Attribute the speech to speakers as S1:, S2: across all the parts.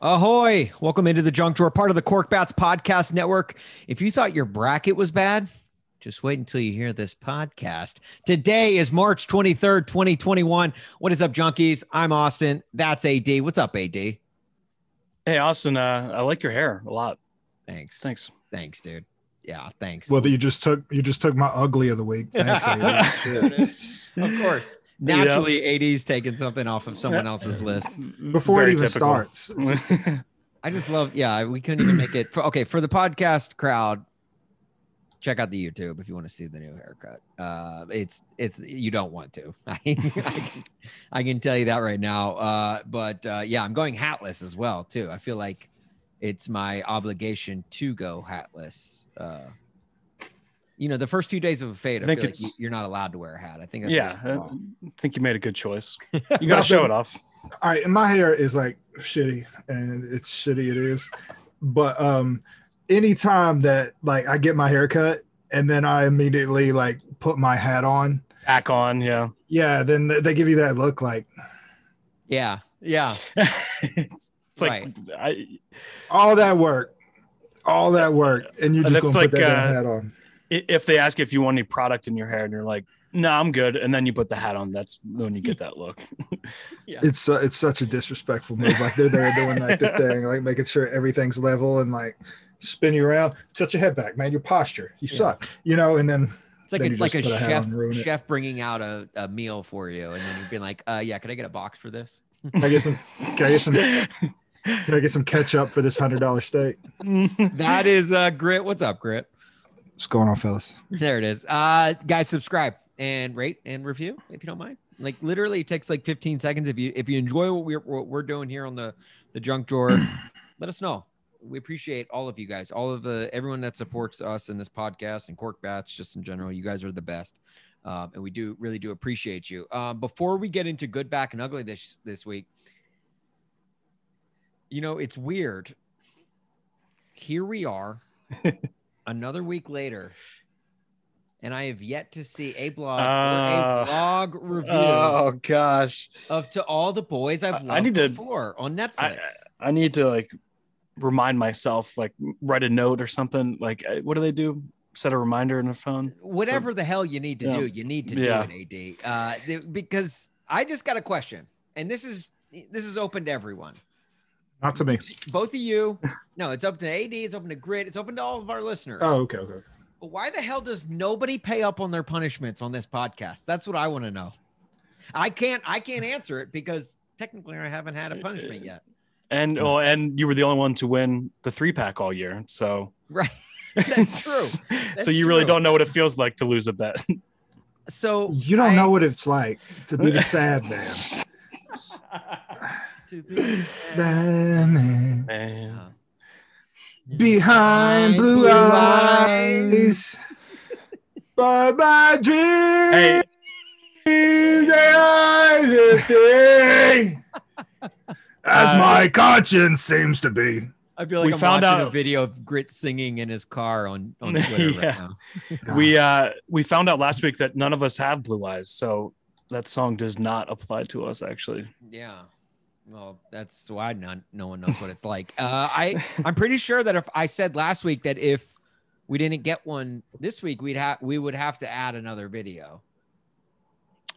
S1: Ahoy! Welcome into the junk drawer, part of the Cork Bats Podcast Network. If you thought your bracket was bad, just wait until you hear this podcast. Today is March 23rd, 2021. What is up, junkies? I'm Austin. That's AD. What's up, AD?
S2: Hey, Austin, uh, I like your hair a lot.
S1: Thanks.
S2: Thanks.
S1: Thanks, dude. Yeah, thanks.
S3: Well, you just took you just took my ugly of the week. Thanks. Aiden.
S1: of course. Naturally, AD's taking something off of someone else's list.
S2: Mm,
S3: Before
S2: Very
S3: it even
S2: typical.
S3: starts,
S1: I just love, yeah, we couldn't even make it. For, okay, for the podcast crowd, check out the YouTube if you want to see the new haircut. Uh, it's it's you don't want to. I, I, can, I can tell you that right now. Uh, but uh, yeah, I'm going hatless as well too. I feel like it's my obligation to go hatless. Uh, you know, the first few days of a fade, I,
S2: I think
S1: feel like
S2: it's-
S1: you- you're not allowed to wear a hat. I think that's
S2: yeah, uh,
S1: what's wrong.
S2: I think you made a good choice. You gotta show it off.
S3: all right, and my hair is like shitty, and it's shitty. It is, but um, anytime that like I get my hair cut and then I immediately like put my hat on,
S2: Back on, yeah.
S3: yeah, then th- they give you that look like
S1: yeah, yeah.
S2: it's like
S1: Right.
S2: I,
S3: all that work, all that work, and you
S2: And
S3: just
S2: that's
S3: gonna put
S2: like,
S3: that damn
S2: uh,
S3: hat on.
S2: i- if they ask if you want any product in your hair, and you're like, "No, I'm good," and then you put the hat on, that's when you get that look.
S3: It's uh, it's such a disrespectful move. Like they're there doing like the thing, like making sure everything's level and like spin you around. Tilt your head back, man. Your posture, you
S1: Yeah.
S3: suck. You know, and then
S1: It's like
S3: Then
S1: a,
S3: you
S1: like a
S3: just put a hat on
S1: chef
S3: and ruin it.
S1: chef bringing out a, a meal for you, and then you'd be like, uh, "Yeah, could I get a box for this?"
S3: can I get some? Can I get some? Can I get some ketchup for this hundred dollar steak?
S1: That is uh, grit. What's up, grit?
S3: What's going on, fellas?
S1: There it is. Uh, guys, subscribe and rate and review if you don't mind. Like literally, it takes like 15 seconds. If you if you enjoy what we're what we're doing here on the the junk drawer, let us know. We appreciate all of you guys, all of the everyone that supports us in this podcast and Cork Bats just in general. You guys are the best, um, and we do really do appreciate you. Um, before we get into good, back, and ugly this this week, you know it's weird. Here we are, another week later, and I have yet to see a blog or
S2: Ah.
S1: a vlog review
S2: oh gosh,
S1: of to all the boys
S2: I-
S1: I've loved
S2: I need to-
S1: before on Netflix.
S2: I, I need to like remind myself, like write a note or something. Like, uh, what do they do? Set a reminder in their phone.
S1: whatever the hell you need to
S2: Yeah.
S1: do, you need to
S2: Yeah.
S1: do it, AD. Uh, th- because I just got a question, and this is this is open to everyone.
S3: Not to me.
S1: Both of you, no, it's up to AD, it's open to Grit, it's open to all of our listeners.
S3: Oh, okay, okay.
S1: But why the hell does nobody pay up on their punishments on this podcast? That's what I want to know. I can't I can't answer it because technically I haven't had a punishment yet.
S2: And well, and you were the only one to win the three pack all year, so
S1: Right. That's
S2: true.
S1: That's
S2: so you really
S1: true.
S2: don't know what it feels like to lose a bet.
S1: So
S3: You don't
S1: I-
S3: know what it's like to be the sad man.
S1: to be-
S3: Sad man.
S1: Yeah.
S3: Behind blue,
S1: blue
S3: eyes. By my dreams,
S2: Hey,
S3: their eyes empty. As
S2: Uh,
S3: my conscience seems to be.
S1: I feel like
S2: We
S1: I'm
S2: found
S1: watching a
S2: out-
S1: video of Grit singing in his car on on Twitter
S2: Yeah.
S1: right now.
S2: we uh we found out last week that none of us have blue eyes, so that song does not apply to us actually.
S1: Yeah. Well, that's why not no one knows what it's like. Uh, I I'm pretty sure that if I said last week that if we didn't get one this week, we'd have we would have to add another video.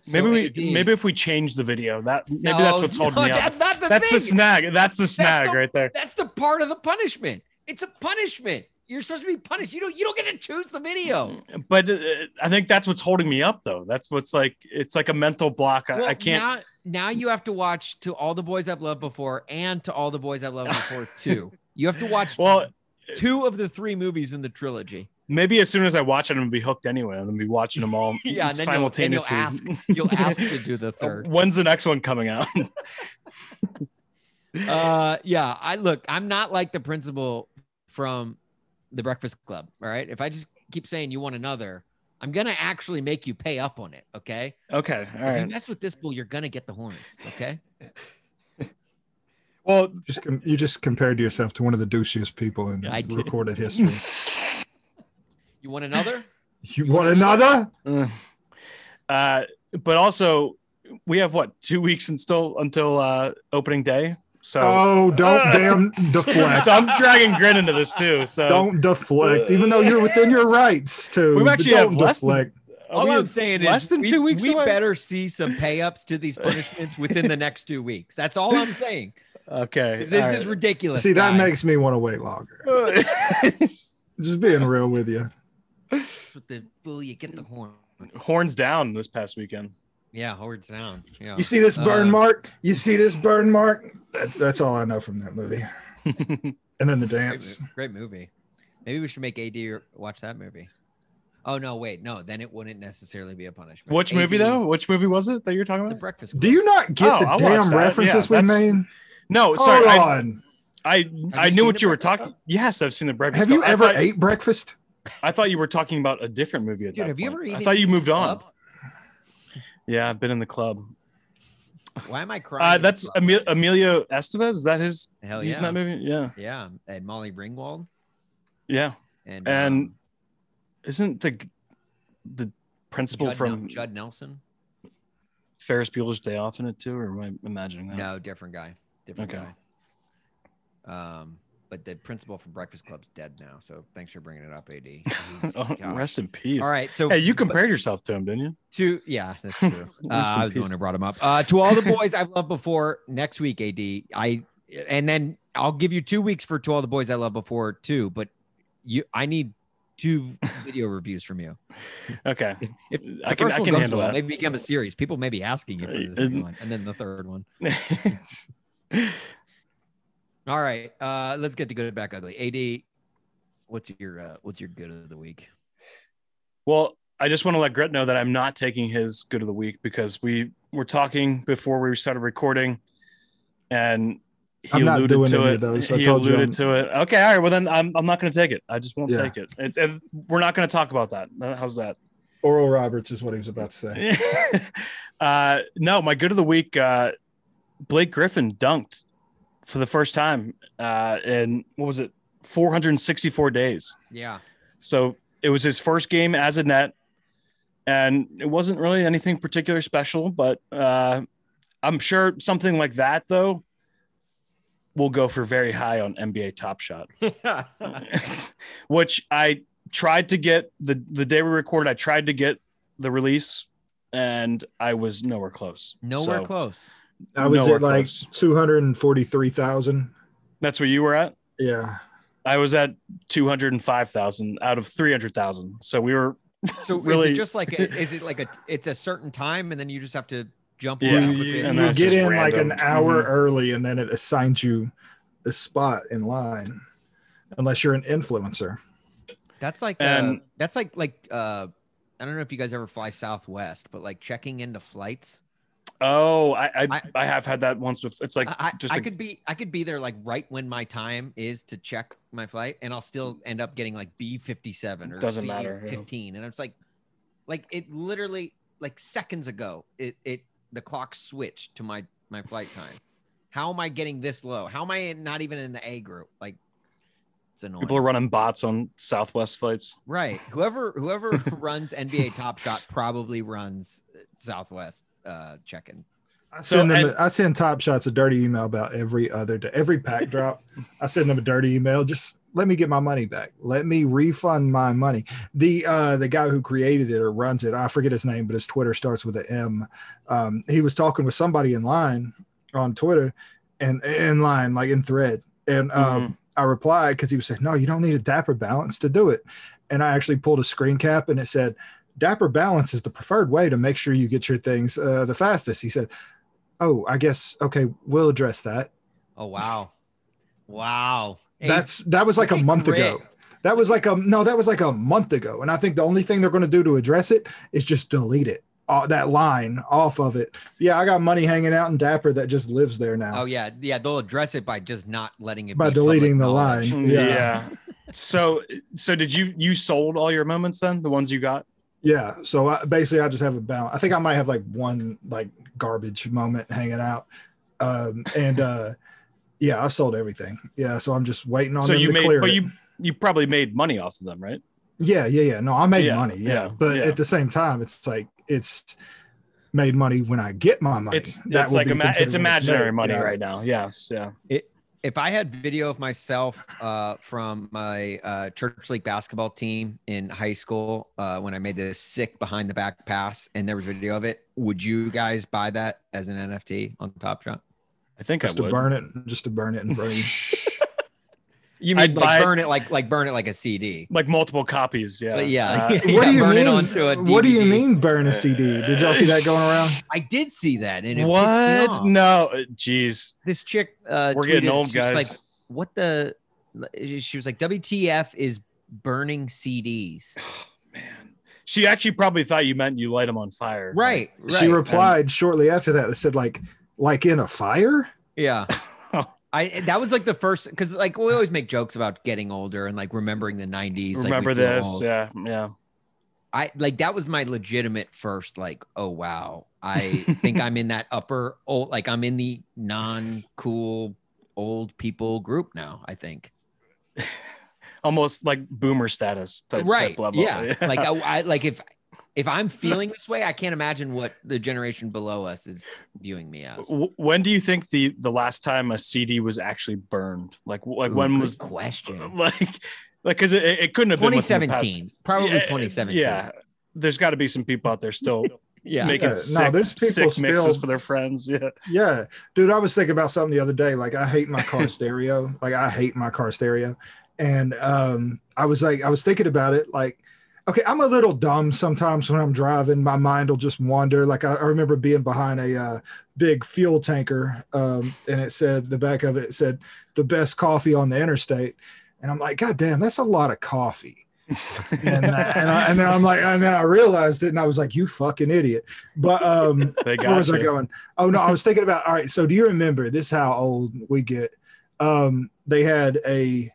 S1: So
S2: Maybe we
S1: AD
S2: maybe if we change the video, that maybe
S1: knows-
S2: that's what's holding
S1: no,
S2: me up.
S1: That's not the
S2: That's
S1: thing.
S2: the snag. That's the snag
S1: the-
S2: right there.
S1: that's the part of the punishment. It's a punishment. You're supposed to be punished. You don't you don't get to choose the video.
S2: But uh, I think that's what's holding me up though. That's what's like it's like a mental block. I,
S1: Well,
S2: I can't.
S1: Now, now you have to watch to all the boys I've loved before and to all the boys I've loved before too. You have to watch
S2: well,
S1: two of the three movies in the trilogy.
S2: Maybe as soon as I watch it, I'm gonna be hooked anyway. I'm gonna be watching them all
S1: Yeah, and then you'll- then you'll
S2: simultaneously.
S1: ask. You'll ask to do the third.
S2: When's the next one coming out?
S1: Uh, yeah, I look. I'm not like the principal from the Breakfast Club. All right, if I just keep saying you want another, I'm gonna actually make you pay up on it. Okay.
S2: okay, all
S1: If you
S2: right.
S1: mess with this bull, you're gonna get the horns. Okay.
S2: Well,
S3: Just com- you just compared yourself to one of the douchiest people in
S1: I did.
S3: recorded history.
S1: You want another?
S3: You
S1: want
S3: want another?
S2: uh, but also we have what two weeks until until uh, opening day So,
S3: oh, don't
S2: Uh,
S3: damn deflect.
S2: so I'm dragging Grin into this too. So
S3: Oh. don't deflect, even though you're within your rights to.
S2: We've
S3: but
S2: actually
S3: don't
S2: have less than- Are
S1: All
S2: we
S1: I'm
S2: at
S1: saying
S2: less
S1: is
S2: than
S1: we,
S2: two weeks
S1: we
S2: away?
S1: better see some pay ups to these punishments within the next two weeks. That's all I'm saying.
S2: okay.
S1: This is ridiculous.
S3: See,
S1: guys.
S3: that makes me want to wait longer.
S2: is
S3: Just being real with you.
S1: Put the bull, you get the horn.
S2: horns down this past weekend.
S1: Yeah, Howard Sound. Yeah.
S3: You see this burn
S1: Uh,
S3: mark? You see this burn mark? That, that's all I know from that movie. And then the
S1: Great,
S3: dance.
S1: mo- great movie. Maybe we should make AD or- watch that movie. Oh no, wait, no. Then it wouldn't necessarily be a punishment.
S2: Which
S1: AD,
S2: movie though? Which movie was it that you're talking
S1: The
S2: about?
S1: Breakfast. Club.
S3: Do you not get
S2: Oh,
S3: the
S2: I'll watch
S3: damn
S2: that.
S3: references
S2: Yeah,
S3: we
S2: that's-
S3: made?
S2: No,
S3: Hold
S2: sorry. I
S3: on.
S2: I, I
S1: you
S2: knew
S1: seen
S2: what
S1: The
S2: you were
S1: Breakfast
S2: talking. Yes, I've seen the breakfast.
S3: Have you
S2: Club. I
S3: ever
S2: thought-
S3: ate breakfast?
S2: I thought you were talking about a different movie at
S1: Dude,
S2: that
S1: have you
S2: point.
S1: ever
S2: I
S1: eaten
S2: thought you moved on.
S1: Club?
S2: Yeah, I've been in the club.
S1: Why am I crying?
S2: Uh,
S1: in
S2: that's
S1: Club?
S2: Emil- Emilio Estevez. Is that his?
S1: Hell
S2: He's
S1: yeah.
S2: in that movie. Yeah,
S1: Yeah, and Molly Ringwald
S2: yeah.
S1: and
S2: And
S1: um,
S2: Isn't the the principal
S1: Judd,
S2: from
S1: Judd Nelson.
S2: Ferris Bueller's Day Off in it too? Or am I imagining that?
S1: No, different guy. Different
S2: Okay.
S1: guy. Um, but the principal from Breakfast Club's dead now, so thanks for bringing it up, AD. He's-
S2: Oh,
S1: gosh.
S2: rest in peace.
S1: All right, so
S2: Hey, you
S1: but-
S2: compared yourself to him, didn't you?
S1: To yeah, that's true. uh,
S2: Rest in
S1: I was the one
S2: peace.
S1: who brought him up. Uh, to all the boys I've loved before. Next week, AD. I and then I'll give you two weeks for to all the boys I loved before too. But you, I need two video reviews from you.
S2: Okay.
S1: If
S2: I
S1: The
S2: can
S1: first
S2: I
S1: one
S2: can
S1: goes
S2: handle
S1: well,
S2: that.
S1: Maybe become a series. People may be asking you for the
S2: Uh,
S1: second
S2: and-
S1: one, and then the third one. All right, uh, let's get to good back ugly. Ad, what's your uh, what's your good of the week?
S2: well, I just want to let Gret know that I'm not taking his good of the week because we were talking before we started recording, and he
S3: I'm not
S2: alluded
S3: doing
S2: to
S3: any
S2: it.
S3: of those. I
S2: he
S3: told you
S2: alluded
S3: I'm-
S2: to it. Okay, all right. Well, then I'm, I'm not going to take it. I just won't
S3: Yeah.
S2: take it. it. And we're not going to talk about that. How's that?
S3: Oral Roberts is what he was about to say.
S2: uh, no, my good of the week, uh, Blake Griffin dunked for the first time uh, in what was it, 464 days.
S1: Yeah,
S2: So it was his first game as a net, and it wasn't really anything particular special. But uh, I'm sure something like that though will go for very high on NBA Top Shot which I tried to get the the day we recorded. I tried to get the release, and I was nowhere close.
S1: nowhere
S2: So,
S1: close.
S3: I was
S2: Nowhere
S3: at like
S2: close.
S3: 243,000.
S2: That's where you were at.
S3: Yeah.
S2: I was at two hundred and five thousand out of three hundred thousand. So we were.
S1: So is
S2: Really-
S1: it just like a, is it like a it's a certain time and then you just have to jump
S2: Yeah.
S1: around
S3: You,
S1: with
S3: you-
S1: it?
S2: And
S3: you
S2: that's
S3: get
S2: just
S3: in like an
S2: random.
S3: hour
S2: Mhm.
S3: early and then it assigns you a spot in line, unless you're an influencer.
S1: That's like uh,
S2: And-
S1: that's like like uh I don't know if you guys ever fly Southwest, but like checking into flights.
S2: Oh, I I,
S1: I-
S2: I, have had that once before. It's like
S1: I, I-
S2: just
S1: I
S2: a-
S1: could be I could be there like right when my time is to check my flight, and I'll still end up getting like B fifty seven or
S2: Doesn't matter, yeah.
S1: fifteen, and it's like, like it literally like seconds ago it it the clock switched to my my flight time. How am I getting this low? How am I not even in the A group? Like it's annoying.
S2: people are running bots on Southwest flights.
S1: Right. Whoever whoever runs NBA Top Shot probably runs Southwest uh check-in.
S3: I
S2: So,
S3: send them.
S2: and-
S3: I send Top Shots a dirty email about every other day, every pack drop. I send them a dirty email. Just let me get my money back. Let me refund my money. The uh, the guy who created it or runs it, I forget his name, but his Twitter starts with an M. Um, he was talking with somebody in line on Twitter, and in line like in thread, and um,
S2: Mhm.
S3: I replied because he was saying, "No, you don't need a Dapper Balance to do it." And I actually pulled a screen cap, and it said, "Dapper Balance is the preferred way to make sure you get your things uh, the fastest." He said, "Oh, I guess okay, we'll address that."
S1: Oh wow. Wow. Hey,
S3: That's that was like a
S1: hey,
S3: month
S1: Grit.
S3: ago. That was like a no, that was like a month ago. And I think the only thing they're going to do to address it is just delete it, uh, that line off of it. Yeah, I got money hanging out in Dapper that just lives there now.
S1: Oh yeah, yeah, they'll address it by just not letting it
S3: By
S1: be public
S3: deleting the
S1: knowledge.
S3: line.
S2: Mm, Yeah.
S3: Yeah.
S2: so so did you you sold all your moments then? The ones you got?
S3: Yeah. So I, basically, I just have a balance. I think I might have like one like garbage moment hanging out, um, and uh, yeah, I've sold everything. Yeah. So I'm just waiting on
S2: so
S3: them
S2: you
S3: to
S2: made,
S3: clear
S2: but
S3: it.
S2: you you probably made money off of them, right?
S3: yeah, yeah, yeah. No, I made
S2: Yeah,
S3: money. Yeah,
S2: yeah,
S3: but
S2: yeah.
S3: at the same time, it's like it's made money when I get my money.
S2: It's
S3: That
S2: it's
S3: would
S2: like
S3: be
S2: ima-
S3: considered
S2: it's
S3: a
S2: imaginary
S3: mistake.
S2: money
S3: Yeah.
S2: right now. Yes, yeah.
S1: if I had video of myself uh, from my uh, church league basketball team in high school uh, when I made this sick behind the back pass and there was video of it, would you guys buy that as an NFT on Top Shot?
S2: I think
S3: Just
S2: I
S3: to
S2: would.
S3: burn it, just to burn it in front of you.
S1: You mean
S2: I'd
S1: like
S2: buy-
S1: burn it like like burn it like a CD?
S2: Like multiple copies. Yeah.
S1: But yeah,
S2: Uh,
S1: yeah,
S3: what do you
S1: burn It
S3: mean?
S1: onto a
S3: What do you
S1: DVD.
S3: mean burn a CD? Did y'all see that going around?
S1: I did see that, and it pissed me
S2: what?
S1: off.
S2: No. uh, Jeez.
S1: This chick, uh,
S2: We're getting
S1: tweeted,
S2: old,
S1: she was
S2: guys.
S1: Like, what the? She was like, "WTF is burning CDs?"
S2: Man. She actually probably thought you meant you light them on fire.
S1: Right, right.
S3: She replied shortly after that. That said, like, like in a fire.
S1: Yeah.
S2: Oh.
S1: I that was like the first because like we always make jokes about getting older and like remembering the nineties.
S2: Remember this? Yeah. Yeah.
S1: I like that was my legitimate first like oh wow I think I'm in that upper old like I'm in the non cool old people group now I think
S2: Almost like boomer status type. type
S1: right
S2: level.
S1: yeah like uh, I, I like if if I'm feeling this way I can't imagine what the generation below us is viewing me as.
S2: W- when do you think the the last time a CD was actually burned? Like like
S1: Ooh,
S2: when
S1: good
S2: was
S1: question
S2: like like because it, it couldn't have been within the past-
S1: 2017 probably
S2: Yeah,
S1: 2017
S2: Yeah. There's got to be some people out there still
S1: yeah
S2: making
S3: Yeah, Uh, no,
S2: sick,
S3: there's people
S2: sick mixes
S3: still-
S2: for their friends. Yeah.
S3: Yeah, dude, I was thinking about something the other day. Like, I hate my car stereo. Like, I hate my car stereo. And um, I was like, I was thinking about it. Like, okay, I'm a little dumb sometimes when I'm driving. My mind will just wander. Like, I, I remember being behind a uh, big fuel tanker, um, and it said the back of it, it said the best coffee on the interstate. And I'm like, God damn, that's a lot of coffee. And, that, and, I, and then I'm like, and then I realized it, and I was like, you fucking idiot. But um,
S2: they got
S3: where was I
S2: you.
S3: going? Oh no, I was thinking about all right. So do you remember this? Is how old we get? Um, they had a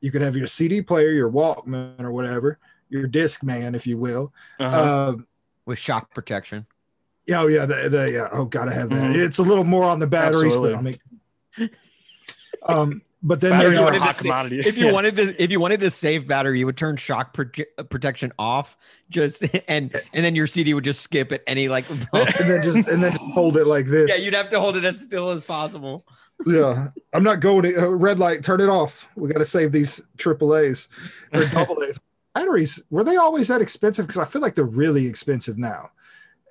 S3: you could have your CD player, your Walkman, or whatever, your disc man, if you will.
S2: Uh-huh.
S3: Um,
S1: with shock protection.
S3: yeah, oh yeah, the, the, yeah. Oh, gotta have that.
S2: Mhm.
S3: It's a little more on the batteries, but I mean, um, but then
S2: Batteries
S3: there's
S1: you
S2: were
S1: wanted
S2: a
S1: to
S2: hot
S1: say-
S2: commodity.
S1: If you
S2: Yeah.
S1: wanted to, if you wanted to save battery, you would turn shock proje- uh, protection off, just and and then your CD would just skip at any like. bump.
S3: and then just and then just hold it like this.
S1: yeah, you'd have to hold it as still as possible.
S3: Yeah, I'm not going to uh, red light. Turn it off. We got to save these triple A's or double A's. Batteries were they always that expensive? Because I feel like they're really expensive now,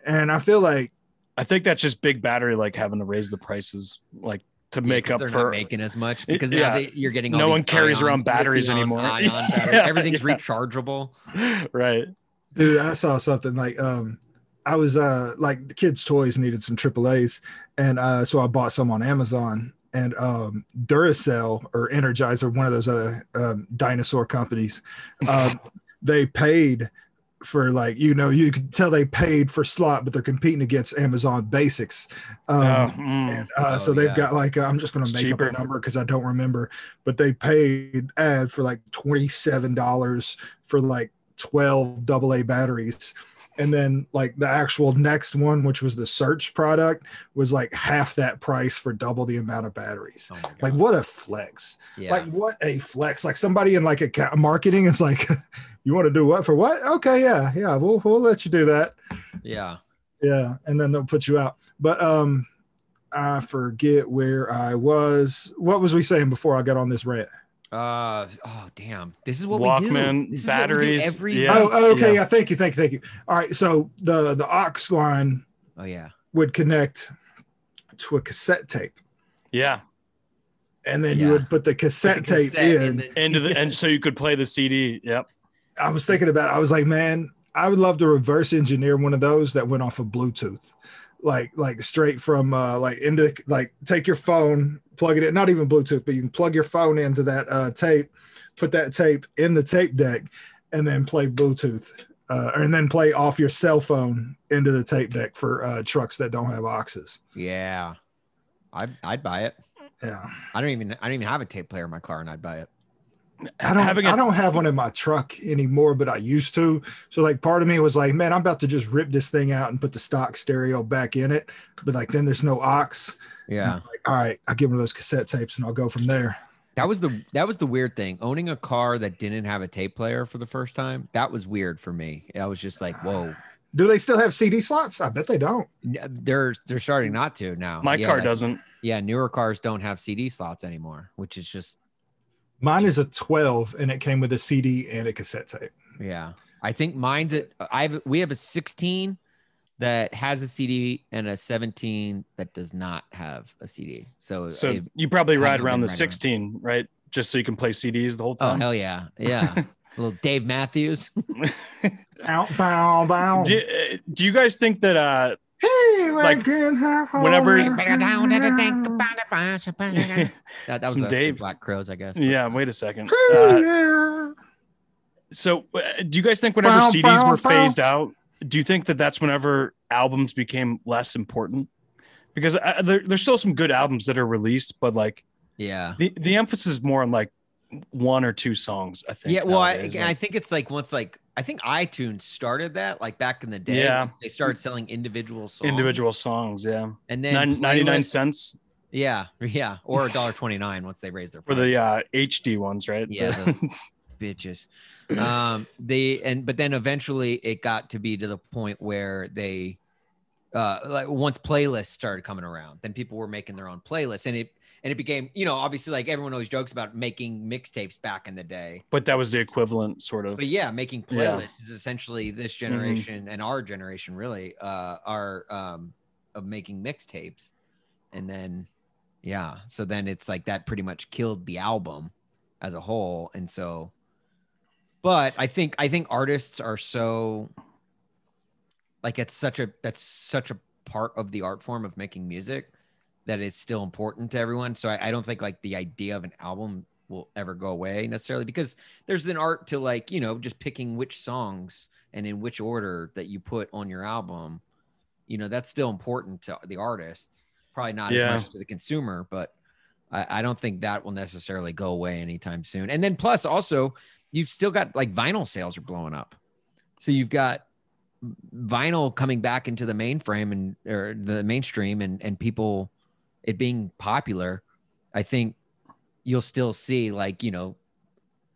S3: and I feel like
S2: I think that's just big battery, like having to raise the prices, like to make up
S1: they're
S2: for
S1: not making as much
S2: It-
S1: because now
S2: yeah.
S1: they, you're getting all
S2: No
S1: these
S2: one carries around
S1: ion-
S2: batteries
S1: lithium
S2: anymore.
S1: ion batteries.
S2: Yeah,
S1: Everything's
S2: yeah.
S1: rechargeable. Oh
S2: right.
S3: Dude, I saw something like um I was uh like the kids' toys needed some triple A's and uh so I bought some on Amazon and um Duracell or Energizer, one of those other um, dinosaur companies, um they paid for like you know you could tell they paid for slot but they're competing against Amazon Basics. Um
S2: Oh, mm.
S3: and, uh, so
S1: Oh,
S3: they've
S1: yeah.
S3: got like uh, I'm just going to
S2: It's
S3: make
S2: cheaper.
S3: up a number because I don't remember, but they paid ad for like twenty seven dollars for like twelve AA batteries, and then like the actual next one, which was the search product, was like half that price for double the amount of batteries.
S1: Oh my God.
S3: Like what a flex!
S1: yeah.
S3: Like what a flex! Like somebody in like a ca- marketing is like, you want to do what for what? Okay, yeah, yeah, we'll we'll let you do that.
S1: yeah.
S3: Yeah, and then they'll put you out. But um I forget where I was. What was we saying before I got on this rant?
S1: Uh oh damn. This is what we
S2: Walkman,
S1: do. This is what we do
S2: batteries,
S1: every
S2: yeah.
S3: Oh, oh, okay. Yeah. thank you, thank you, thank you. All right, so the the aux line
S1: Oh yeah.
S3: would connect to a cassette tape,
S2: yeah,
S3: and then
S1: Yeah.
S3: you would put the cassette,
S1: The cassette
S3: tape in.
S1: and the-
S2: into the and so you could play the CD. Yep.
S3: I was thinking about. It. I was like, man, I would love to reverse engineer one of those that went off of Bluetooth, like like straight from uh, like into like take your phone, plug it in. Not even Bluetooth, but you can plug your phone into that uh, tape, put that tape in the tape deck, and then play Bluetooth, uh, and then play off your cell phone into the tape deck for uh, trucks that don't have boxes.
S1: yeah. I'd I'd buy it.
S3: Yeah,
S1: I don't even I don't even have a tape player in my car and I'd buy it.
S3: I don't.
S2: Having a-
S3: I don't have one in my truck anymore, but I used to. So like, part of me was like, man, I'm about to just rip this thing out and put the stock stereo back in it. But like, then there's no aux.
S1: Yeah.
S3: Like, all right, I'll give one of those cassette tapes and I'll go from there.
S1: That was the that was the weird thing. Owning a car that didn't have a tape player for the first time, that was weird for me. I was just like, whoa,
S3: Do they still have CD slots? I bet they don't.
S1: N- They're they're starting not to now.
S2: My
S1: Yeah,
S2: car
S1: like-
S2: doesn't.
S1: Yeah, newer cars don't have CD slots anymore, which is just
S3: Mine is a 12 and it came with a CD and a cassette tape.
S1: yeah. I think mine's at I've we have a 16 that has a CD and a 17 that does not have a CD. So,
S2: So
S1: it-
S2: you probably
S1: I
S2: ride
S1: haven't
S2: around
S1: been
S2: the
S1: riding around.
S2: 16, right? Just so you can play CDs the whole
S1: oh
S2: time.
S1: hell yeah, yeah. Little Dave Matthews.
S3: Out, bow, bow.
S2: do, uh, do you guys think that uh
S3: hey,
S2: like, whenever-
S3: whenever.
S1: that, that was
S2: Some
S1: a
S2: Dave.
S1: Black Crows, I guess. but-
S2: yeah wait a second uh, so uh, do you guys think whenever
S3: Bow,
S2: cds
S3: bow,
S2: were
S3: bow.
S2: phased out do you think that that's whenever albums became less important because uh, there, there's still some good albums that are released but like
S1: yeah.
S2: the, the emphasis is more on like one or two songs i think uh,
S1: Yeah, well, I,
S2: nowadays.
S1: again, I think it's like once like I think iTunes started that like back in the day.
S2: Yeah.
S1: once they started selling individual songs.
S2: individual songs yeah
S1: and then
S2: Nine, 99
S1: playlists-
S2: cents
S1: Yeah, yeah, or a dollar twenty nine once they raised their
S2: for
S1: price.
S2: the uh hd ones right
S1: yeah,
S2: The-
S1: those bitches. Um, they and but then eventually it got to be to the point where they, uh, like once playlists started coming around, then people were making their own playlists, and it and it became you know obviously like everyone always jokes about making mixtapes back in the day,
S2: but that was the equivalent sort of
S1: but yeah, making
S2: Yeah. Mm-hmm.
S1: playlists is essentially this generation and our generation really uh, are um, of making mixtapes, and then yeah, so then it's like that pretty much killed the album as a whole, and so, but I think I think artists are so like it's such a that's such a part of the art form of making music that it's still important to everyone. So I, I don't think like the idea of an album will ever go away necessarily because there's an art to like you know just picking which songs and in which order that you put on your album you know that's still important to the artists probably not
S2: Yeah.
S1: as much to the consumer but I, I don't think that will necessarily go away anytime soon and then plus also you've still got like vinyl sales are blowing up so you've got vinyl coming back into the mainframe and or the mainstream and and people it being popular i think you'll still see like you know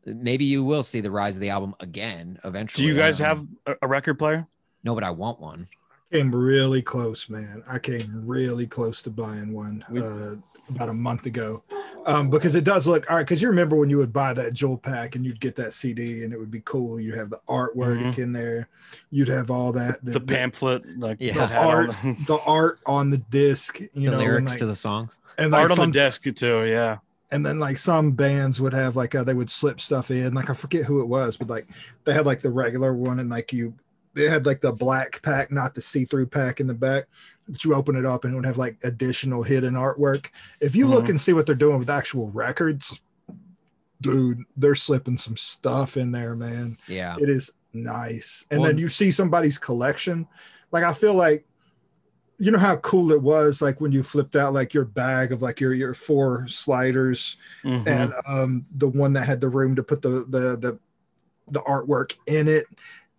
S1: maybe you will see the rise of the album again eventually
S2: do you
S1: I
S2: guys
S1: don't know.
S2: have a- a record player
S1: no but i want one
S3: Came really close, man. I came really close to buying one uh, about a month ago um, because it does look all right. Because you remember when you would buy that Jewel pack and you'd get that CD and it would be cool. You'd have the artwork
S2: Mhm.
S3: in there, you'd have all that.
S2: the pamphlet like
S1: Yeah.
S2: that
S1: The
S2: had all
S3: art,
S2: the-
S3: the art on the disc, you
S1: the
S3: know, and
S1: lyrics
S3: like,
S1: to the songs
S3: and like
S2: art on
S3: some,
S2: the desk too. Yeah,
S3: and then like some bands would have like uh, they would slip stuff in. Like I forget who it was, but like they had like the regular one and like you, they had like the black pack, not the see-through pack in the back. But you open it up and it would have like additional hidden artwork. If you look
S2: Mhm.
S3: and see what they're doing with actual records, dude, they're slipping some stuff in there, man
S1: yeah
S3: it is nice and
S1: Well-
S3: then you see somebody's collection like i feel like you know how cool it was like when you flipped out like your bag of like your your four sliders
S2: Mhm.
S1: Mm-hmm.
S3: and um the one that had the room to put the the the, the artwork in it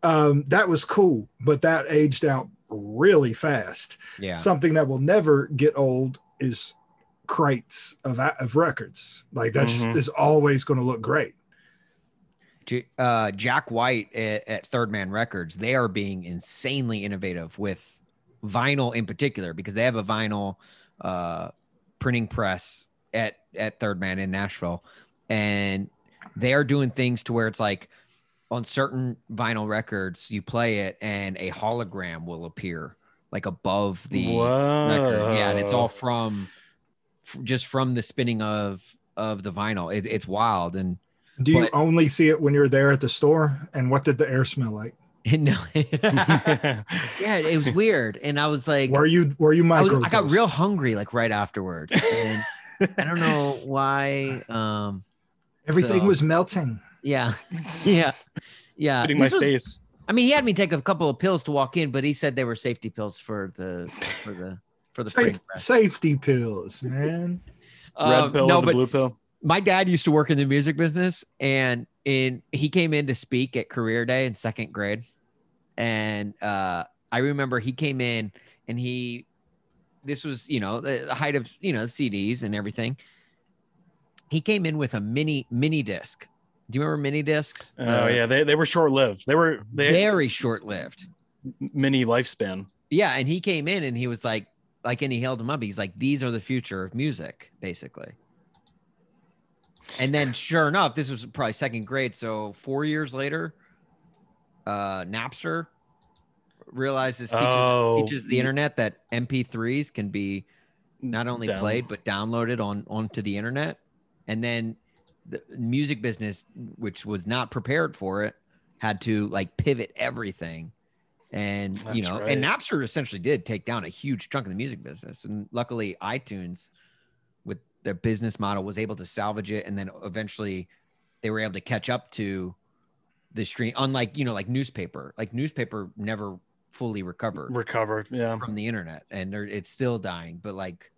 S3: um that was cool but that aged out really fast
S1: yeah
S3: something that will never get old is crates of of records like that
S2: Mhm.
S1: Mm-hmm.
S3: just is always going to look great
S1: J- uh, Jack White at, at Third Man Records, they are being insanely innovative with vinyl in particular because they have a vinyl uh, printing press at at Third Man in Nashville, and they are doing things to where it's like on certain vinyl records you play it and a hologram will appear like above the record. Yeah, and it's all
S2: Whoa.
S1: from f- just from the spinning of of the vinyl. It, it's wild and
S3: Do you
S1: But-
S3: only see it when you're there at the store? And what did the air smell like?
S1: no. yeah, it was weird. And I was like,
S3: Were you were you
S1: I, was-
S3: micro?
S1: I got real hungry like right afterwards. And I don't know why. Um,
S3: Everything
S1: so-
S3: was melting.
S1: yeah, yeah, yeah.
S2: Hitting my
S1: This was-
S2: face.
S1: I mean, he had me take a couple of pills to walk in, but he said they were safety pills for the for the for the
S3: Safe,
S1: prank press.
S3: safety pills, man.
S2: Red
S1: Um,
S2: pill
S1: No,
S2: and the
S1: but
S2: blue pill.
S1: my dad used to work in the music business and in he came in to speak at career day in second grade and uh i remember he came in and he this was you know the, the height of you know cds and everything he came in with a mini mini disc do you remember mini discs Uh,
S2: Oh yeah, Oh, they, they were short lived. They were they
S1: very short lived
S2: mini lifespan.
S1: Yeah, and he came in and he was like, like, and he held him up. He's like, these are the future of music, basically. And then, sure enough, this was probably second grade. So four years later, uh, Napster realizes teaches,
S2: Oh.
S1: teaches the internet that MP3s can be not only
S2: Down-
S1: played but downloaded on onto the internet. And then the music business, which was not prepared for it, had to like pivot everything. And you
S2: That's
S1: know,
S2: right.
S1: and Napster essentially did take down a huge chunk of the music business. And luckily, iTunes, with their business model, was able to salvage it. And then eventually, they were able to catch up to the stream. Unlike you know, like newspaper, like newspaper never fully recovered
S2: recovered. Yeah.
S1: from the internet and they're- it's still dying but like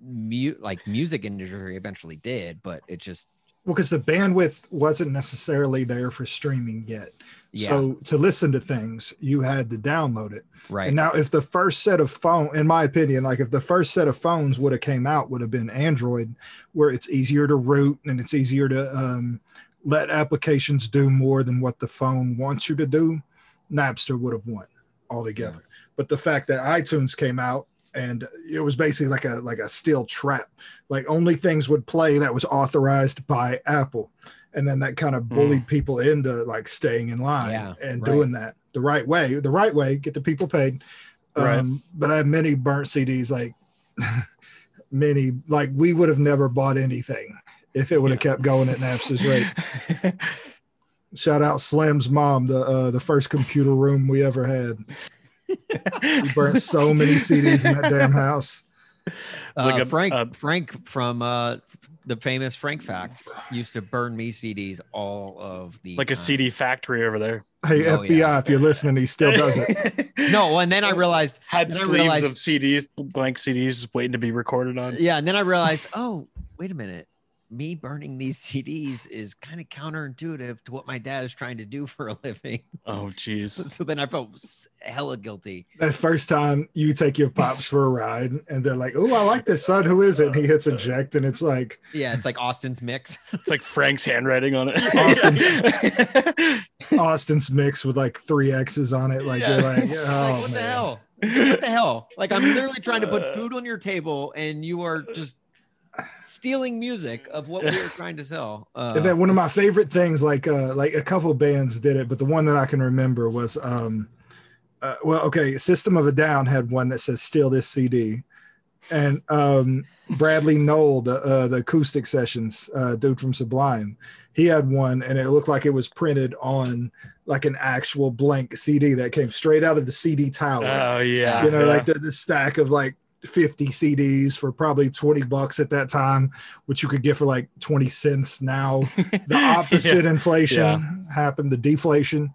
S1: mu- like music industry eventually did but it just
S3: Well, because the bandwidth wasn't necessarily there for streaming yet.
S1: yeah
S3: So to listen to things, you had to download it.
S1: right
S3: And now, if the first set of phone, in my opinion, like if the first set of phones would have came out, would have been Android, where it's easier to root and it's easier to um, let applications do more than what the phone wants you to do. Napster would have won altogether. But the fact that iTunes came out and it was basically like a like a steel trap, like only things would play that was authorized by Apple, and then that kind
S1: Hmm.
S3: of bullied people into like staying in line
S1: Yeah,
S3: and
S1: right.
S3: doing that the right way. The right way, get the people paid.
S2: Right.
S3: Um, But I have many burnt CDs, like many, like we would have never bought anything if it would have kept going at Napster's rate. Shout out Slim's mom, the uh, the first computer room we ever had. We burnt so many CDs in that damn house.
S1: uh,
S2: like a-
S1: frank
S2: a-
S1: frank from uh the famous frank fact used to burn me cds all of the
S2: like a
S1: time.
S2: CD factory over there.
S3: Hey
S1: Oh, yeah.
S3: FBI, if you're listening, he still does it.
S1: no and then i realized
S2: Had
S1: Then I
S2: sleeves
S1: realized-
S2: of CDs, blank CDs, waiting to be recorded on.
S1: yeah and then i realized oh wait a minute me burning these cds is kind of counterintuitive to what my dad is trying to do for a living
S2: Oh,
S1: so,
S2: jeez.
S1: so then i felt s- hella guilty
S3: That first time you take your pops for a ride, and they're like, "Oh, I like this son. Who is it?" And he hits eject, and it's like,
S1: yeah it's like austin's mix
S2: It's like Frank's handwriting on it.
S3: Austin's mix with like three X's on it. Like
S2: Yeah.
S3: you're like,
S1: It's
S3: oh,
S1: like, what the
S3: man.
S1: hell? What the hell? Like I'm literally trying to put
S2: Uh,
S1: food on your table, and you are just stealing music of what we were trying to sell. Uh,
S3: And then one of my favorite things, like uh, like a couple bands did it, but the one that I can remember was, um, uh, well, okay, System of a Down had one that says "Steal This CD," and um, Bradley Knoll, the uh, the acoustic sessions uh, dude from Sublime, he had one, and it looked like it was printed on like an actual blank CD that came straight out of the CD tower.
S2: oh, yeah.
S3: you know,
S2: yeah.
S3: like the, the stack of like 50 CDs for probably 20 bucks at that time, which you could get for like 20 cents now. The opposite inflation happened, the deflation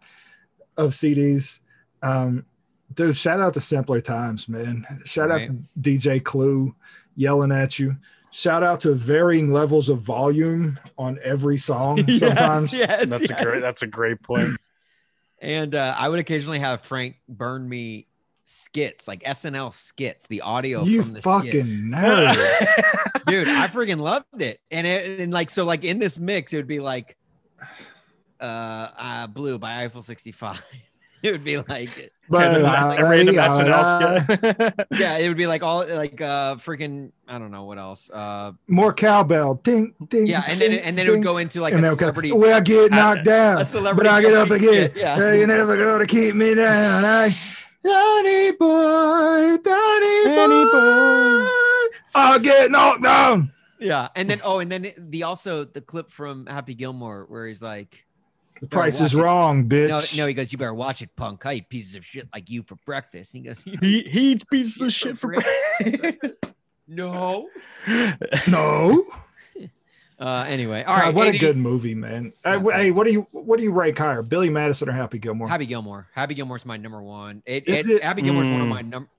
S3: of CDs. Um, dude, shout out to Simpler Times, man. Shout out
S1: Right.
S3: to DJ Clue yelling at you. Shout out to varying levels of volume on every song
S1: Yes,
S3: sometimes.
S1: yes,
S2: That's a great.
S1: yes.
S2: That's a great point.
S1: And uh, I would occasionally have Frank burn me skits, like SNL skits, the audio
S3: You
S1: from the
S3: fucking
S1: skits.
S3: nerd.
S1: dude i freaking loved it and it, and like so like in this mix it would be like uh uh blue by eiffel 65 it would be like
S2: And
S3: But uh,
S2: then that's a random SNL skit.
S1: yeah it would be like all like uh freaking i don't know what else uh
S3: more cowbell. Ding, ding.
S1: yeah and then
S3: ding,
S1: and then it would
S3: ding.
S1: go into like
S3: and
S1: a
S3: they'll go,
S1: celebrity
S3: well, I get knocked down,
S1: a celebrity
S3: but I get up
S1: comedy
S3: again.
S1: skit, yeah.
S3: Hey, you're never gonna keep me down. I, Danny boy, Danny boy,
S2: Danny
S3: I'll get knocked down.
S1: yeah and then oh and then the also the clip from happy gilmore where he's like
S3: The price is
S1: watch it.
S3: wrong,
S1: no
S3: bitch.
S1: no he goes you better watch it punk i eat pieces of shit like you for breakfast he goes
S2: He, he eats pieces of shit for breakfast.
S1: no
S3: no.
S1: uh anyway all
S3: All
S1: right
S3: right, what a
S1: 80
S3: good movie, man. Uh, wh- hey, what do you what do you rank higher, Billy Madison or Happy Gilmore?
S1: Happy Gilmore. Happy Gilmore's my number one. It,
S3: Is
S1: it,
S3: it? Hmm.
S1: Happy Gilmore's one of
S2: Mm.
S1: my num-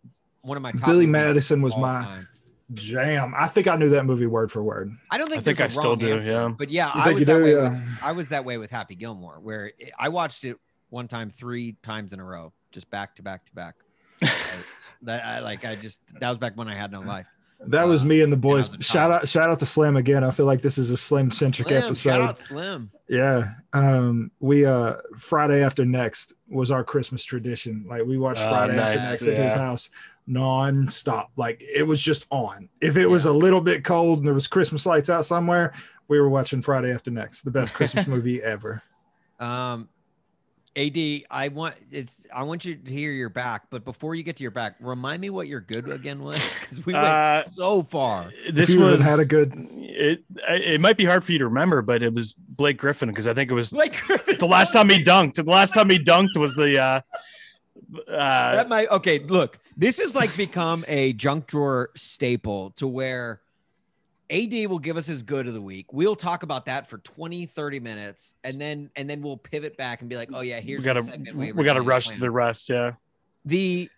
S1: one of my top.
S3: Billy
S1: movies
S3: Madison was
S1: of all
S3: my
S1: time.
S3: jam. I think I knew that movie word for word.
S1: I don't think.
S2: I think
S1: there's a
S2: I still
S1: wrong
S2: do,
S1: answer,
S2: yeah.
S1: But yeah,
S3: You
S1: I
S3: think
S1: was
S3: you
S1: that
S3: do?
S1: way.
S3: Yeah.
S1: With, I was that way with Happy Gilmore, where it- I watched it one time, three times in a row, just back to back to back. I- that I like. I just that was back when I had no life.
S3: That was me and the boys.
S1: Yeah, the
S3: shout
S1: top.
S3: out, shout out to Slim again. I feel like this is a Slim centric
S1: Slim,
S3: episode.
S1: Shout out Slim.
S3: Yeah. Um, we uh Friday after next was our Christmas tradition. Like we watched
S2: Oh,
S3: Friday after
S2: nice,
S3: next at his
S2: yeah.
S3: house non-stop. Like it was just on. If it was a little bit cold and there was Christmas lights out somewhere, we were watching Friday after next, the best Christmas movie ever.
S1: Um, Ad, I want it's I want you to hear your back, but before you get to your back, remind me what your good again was because we went
S2: Uh,
S1: so far.
S2: This
S3: If you
S2: was
S3: had a good
S2: It it might be hard for you to remember, but it was Blake Griffin because I think it was
S1: Blake Griffin.
S2: the last time he dunked. The last time he dunked was the uh, uh
S1: that might okay. Look, this has like become a junk drawer staple to where AD will give us his good of the week. We'll talk about that for 20, 30 minutes, and then and then we'll pivot back and be like, oh yeah,
S2: we
S1: here's the
S2: gotta
S1: segment
S2: we
S1: originally
S2: gotta rush to
S1: planned.
S2: the rest. Yeah,
S1: the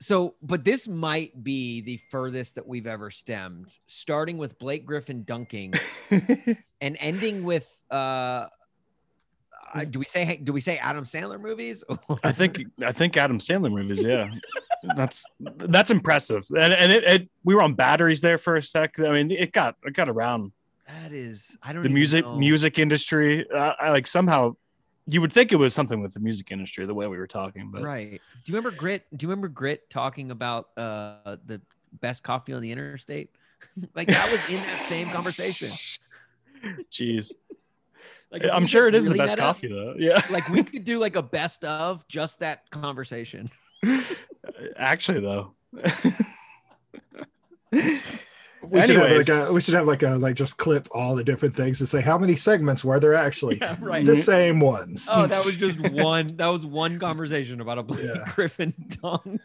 S1: so but this might be the furthest that we've ever stemmed starting with blake griffin dunking and ending with uh uh, do we say do we say adam sandler movies Oh,
S2: I think I think Adam Sandler movies. Yeah, that's that's impressive. And and it, it we were on batteries there for a sec. I mean, it got it got around
S1: that is i don't
S2: the
S1: even
S2: music
S1: know.
S2: music industry. Uh, I like somehow you would think it was something with the music industry the way we were talking, but
S1: right do you remember grit do you remember grit talking about uh the best coffee on the interstate like that was in that same conversation
S2: Jeez,
S1: like
S2: I'm
S1: we
S2: sure
S1: get
S2: it is the
S1: really
S2: best
S1: meta,
S2: coffee though. Yeah,
S1: like we could do like a best of just that conversation
S2: actually though.
S3: we should have
S2: Anyways.
S3: like a we should have like a like just clip all the different things and say how many segments were there actually?
S1: yeah
S2: right.
S3: The same ones.
S1: Oh, that was just one. That was one conversation about a Blake
S3: Yeah.
S1: Griffin dunk.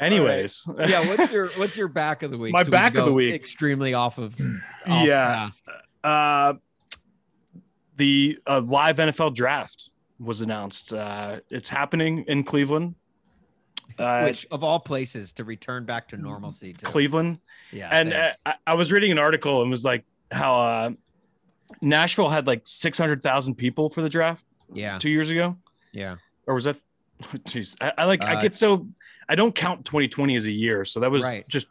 S2: Anyways,
S1: Yeah, what's your what's your back of the week?
S2: My
S1: we
S2: back
S1: can
S2: of the
S1: go
S2: week.
S1: extremely off of. off
S2: Yeah.
S1: task.
S2: Uh, the uh, live NFL draft was announced. Uh, it's happening in Cleveland. Uh,
S1: which of all places to return back to normalcy to.
S2: Cleveland,
S1: yeah,
S2: and uh,
S1: thanks.
S2: I, I was reading an article and was like how uh, Nashville had like six hundred thousand people for the draft
S1: yeah,
S2: two years ago,
S1: yeah.
S2: or was that? Jeez, I, I like
S1: Uh,
S2: I get so I don't count twenty twenty as a year, so that was
S1: Right.
S2: just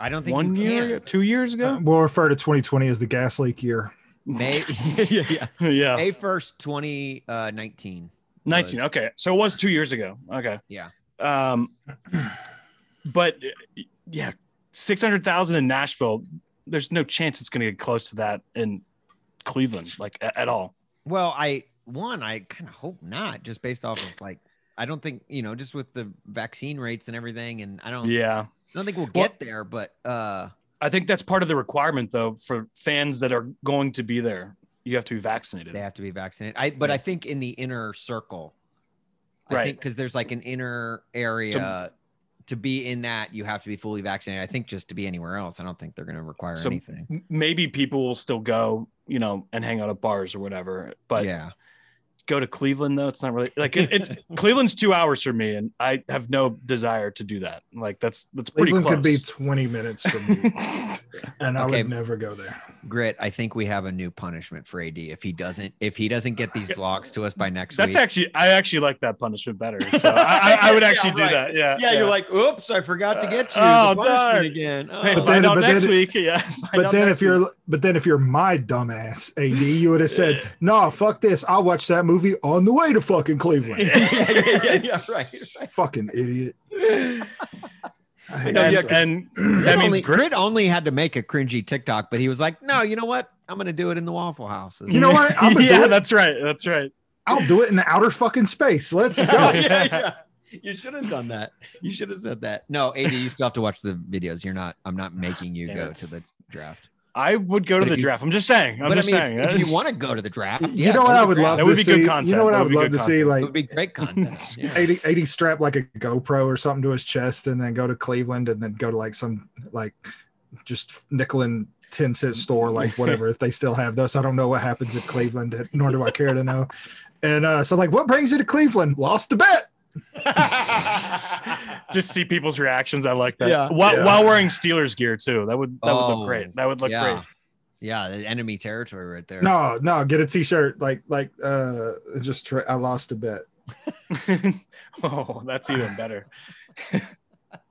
S1: I don't think
S2: one
S1: you
S2: year,
S1: Can.
S2: two years ago.
S3: Uh, We'll refer to 2020 as the gas leak year.
S1: May yeah, yeah.
S2: yeah,
S1: May first, twenty uh, nineteen.
S2: 19
S1: was-
S2: okay so it was two years ago okay
S1: Yeah.
S2: um but uh, yeah 600000 in nashville there's no chance it's going to get close to that in cleveland like a- at all
S1: Well, I one, I kind of hope not, just based off of like. I don't think you know, just with the vaccine rates and everything, and I don't,
S2: yeah
S1: I don't think we'll get there. But uh,
S2: i think that's part of the requirement though for fans that are going to be there you have to be vaccinated
S1: they have to be vaccinated. I but
S2: Yeah.
S1: I think in the inner circle, I
S2: Right.
S1: think because there's like an inner area to be in that you have to be fully vaccinated. I think just to be anywhere else, I don't think they're going to require
S2: So-
S1: anything.
S2: M- maybe people will still go you know and hang out at bars or whatever but
S1: yeah,
S2: go to cleveland though it's not really like it, it's cleveland's two hours for me and i have no desire to do that like that's that's pretty
S3: Cleveland
S2: close
S3: could be 20 minutes from me, and I
S1: Okay.
S3: would never go there.
S1: grit. I think we have a new punishment for AD if he doesn't if he doesn't get these vlogs to us by next
S2: That's
S1: week.
S2: actually, I actually like that punishment better. So I, I, I would
S1: Yeah,
S2: actually do
S1: right.
S2: that. Yeah.
S1: like, oops, I forgot
S2: to get you. The Oh, punishment Oh, darn.
S1: again.
S2: Hey,
S3: But
S2: find
S3: then-
S2: out
S3: but
S2: next
S3: then-
S2: week. Yeah. find
S3: But
S2: out
S3: then
S2: next
S3: if you're but then if you're my dumbass AD, you would have said, "No, fuck this. I'll watch that movie on the way to fucking Cleveland."
S1: yeah, yeah, yeah, yeah, right,
S3: Fucking idiot.
S2: week.
S3: I
S2: and,
S3: hate
S1: No, yeah,
S3: myself.
S1: 'cause-
S2: and
S1: Grit
S2: that
S1: only,
S2: means
S1: Grit only had to make a cringy TikTok, but he was like, "No, you know what? I'm going to do it in the Waffle House."
S3: You know what? I'm gonna do
S2: yeah,
S3: it.
S2: that's right. That's right.
S3: I'll do it in outer fucking space. Let's go.
S1: yeah, yeah. You should have done that. You should have said that. No, AD, you still have to watch the videos. You're not. I'm not making you
S2: Damn
S1: go
S2: it.
S1: to the draft.
S2: I would go to
S1: But
S2: the
S1: if you-
S2: draft. I'm just saying. I'm
S1: but I
S2: just
S1: mean,
S2: saying.
S1: if, if
S2: That's-
S1: you want to go to the draft, yeah,
S3: You know
S1: go
S3: what
S1: to
S3: I
S1: the
S3: would
S1: draft.
S3: love
S2: That would
S3: to
S2: be good
S3: see. You
S2: content.
S3: know what
S2: That
S3: I
S2: would
S3: would
S2: be
S3: love
S2: good
S3: to see?
S1: It
S3: Like
S1: would be great content. Yeah.
S3: 80, 80 strap like a GoPro or something to his chest and then go to Cleveland and then go to like some like just nickel and 10 cent store, like whatever, if they still have those. I don't know what happens at Cleveland, nor do I care to know. And uh, so, like, what brings you to Cleveland? Lost the bet.
S2: just see people's reactions. I like that.
S1: Yeah.
S2: While,
S3: Yeah.
S2: while wearing Steelers gear too. That would that would
S1: Oh,
S2: look great. That would look
S1: yeah.
S2: great.
S1: Yeah, the enemy territory right there.
S3: No, no, get a t shirt. Like, like, uh, just try, I lost the bet.
S2: oh, that's even better.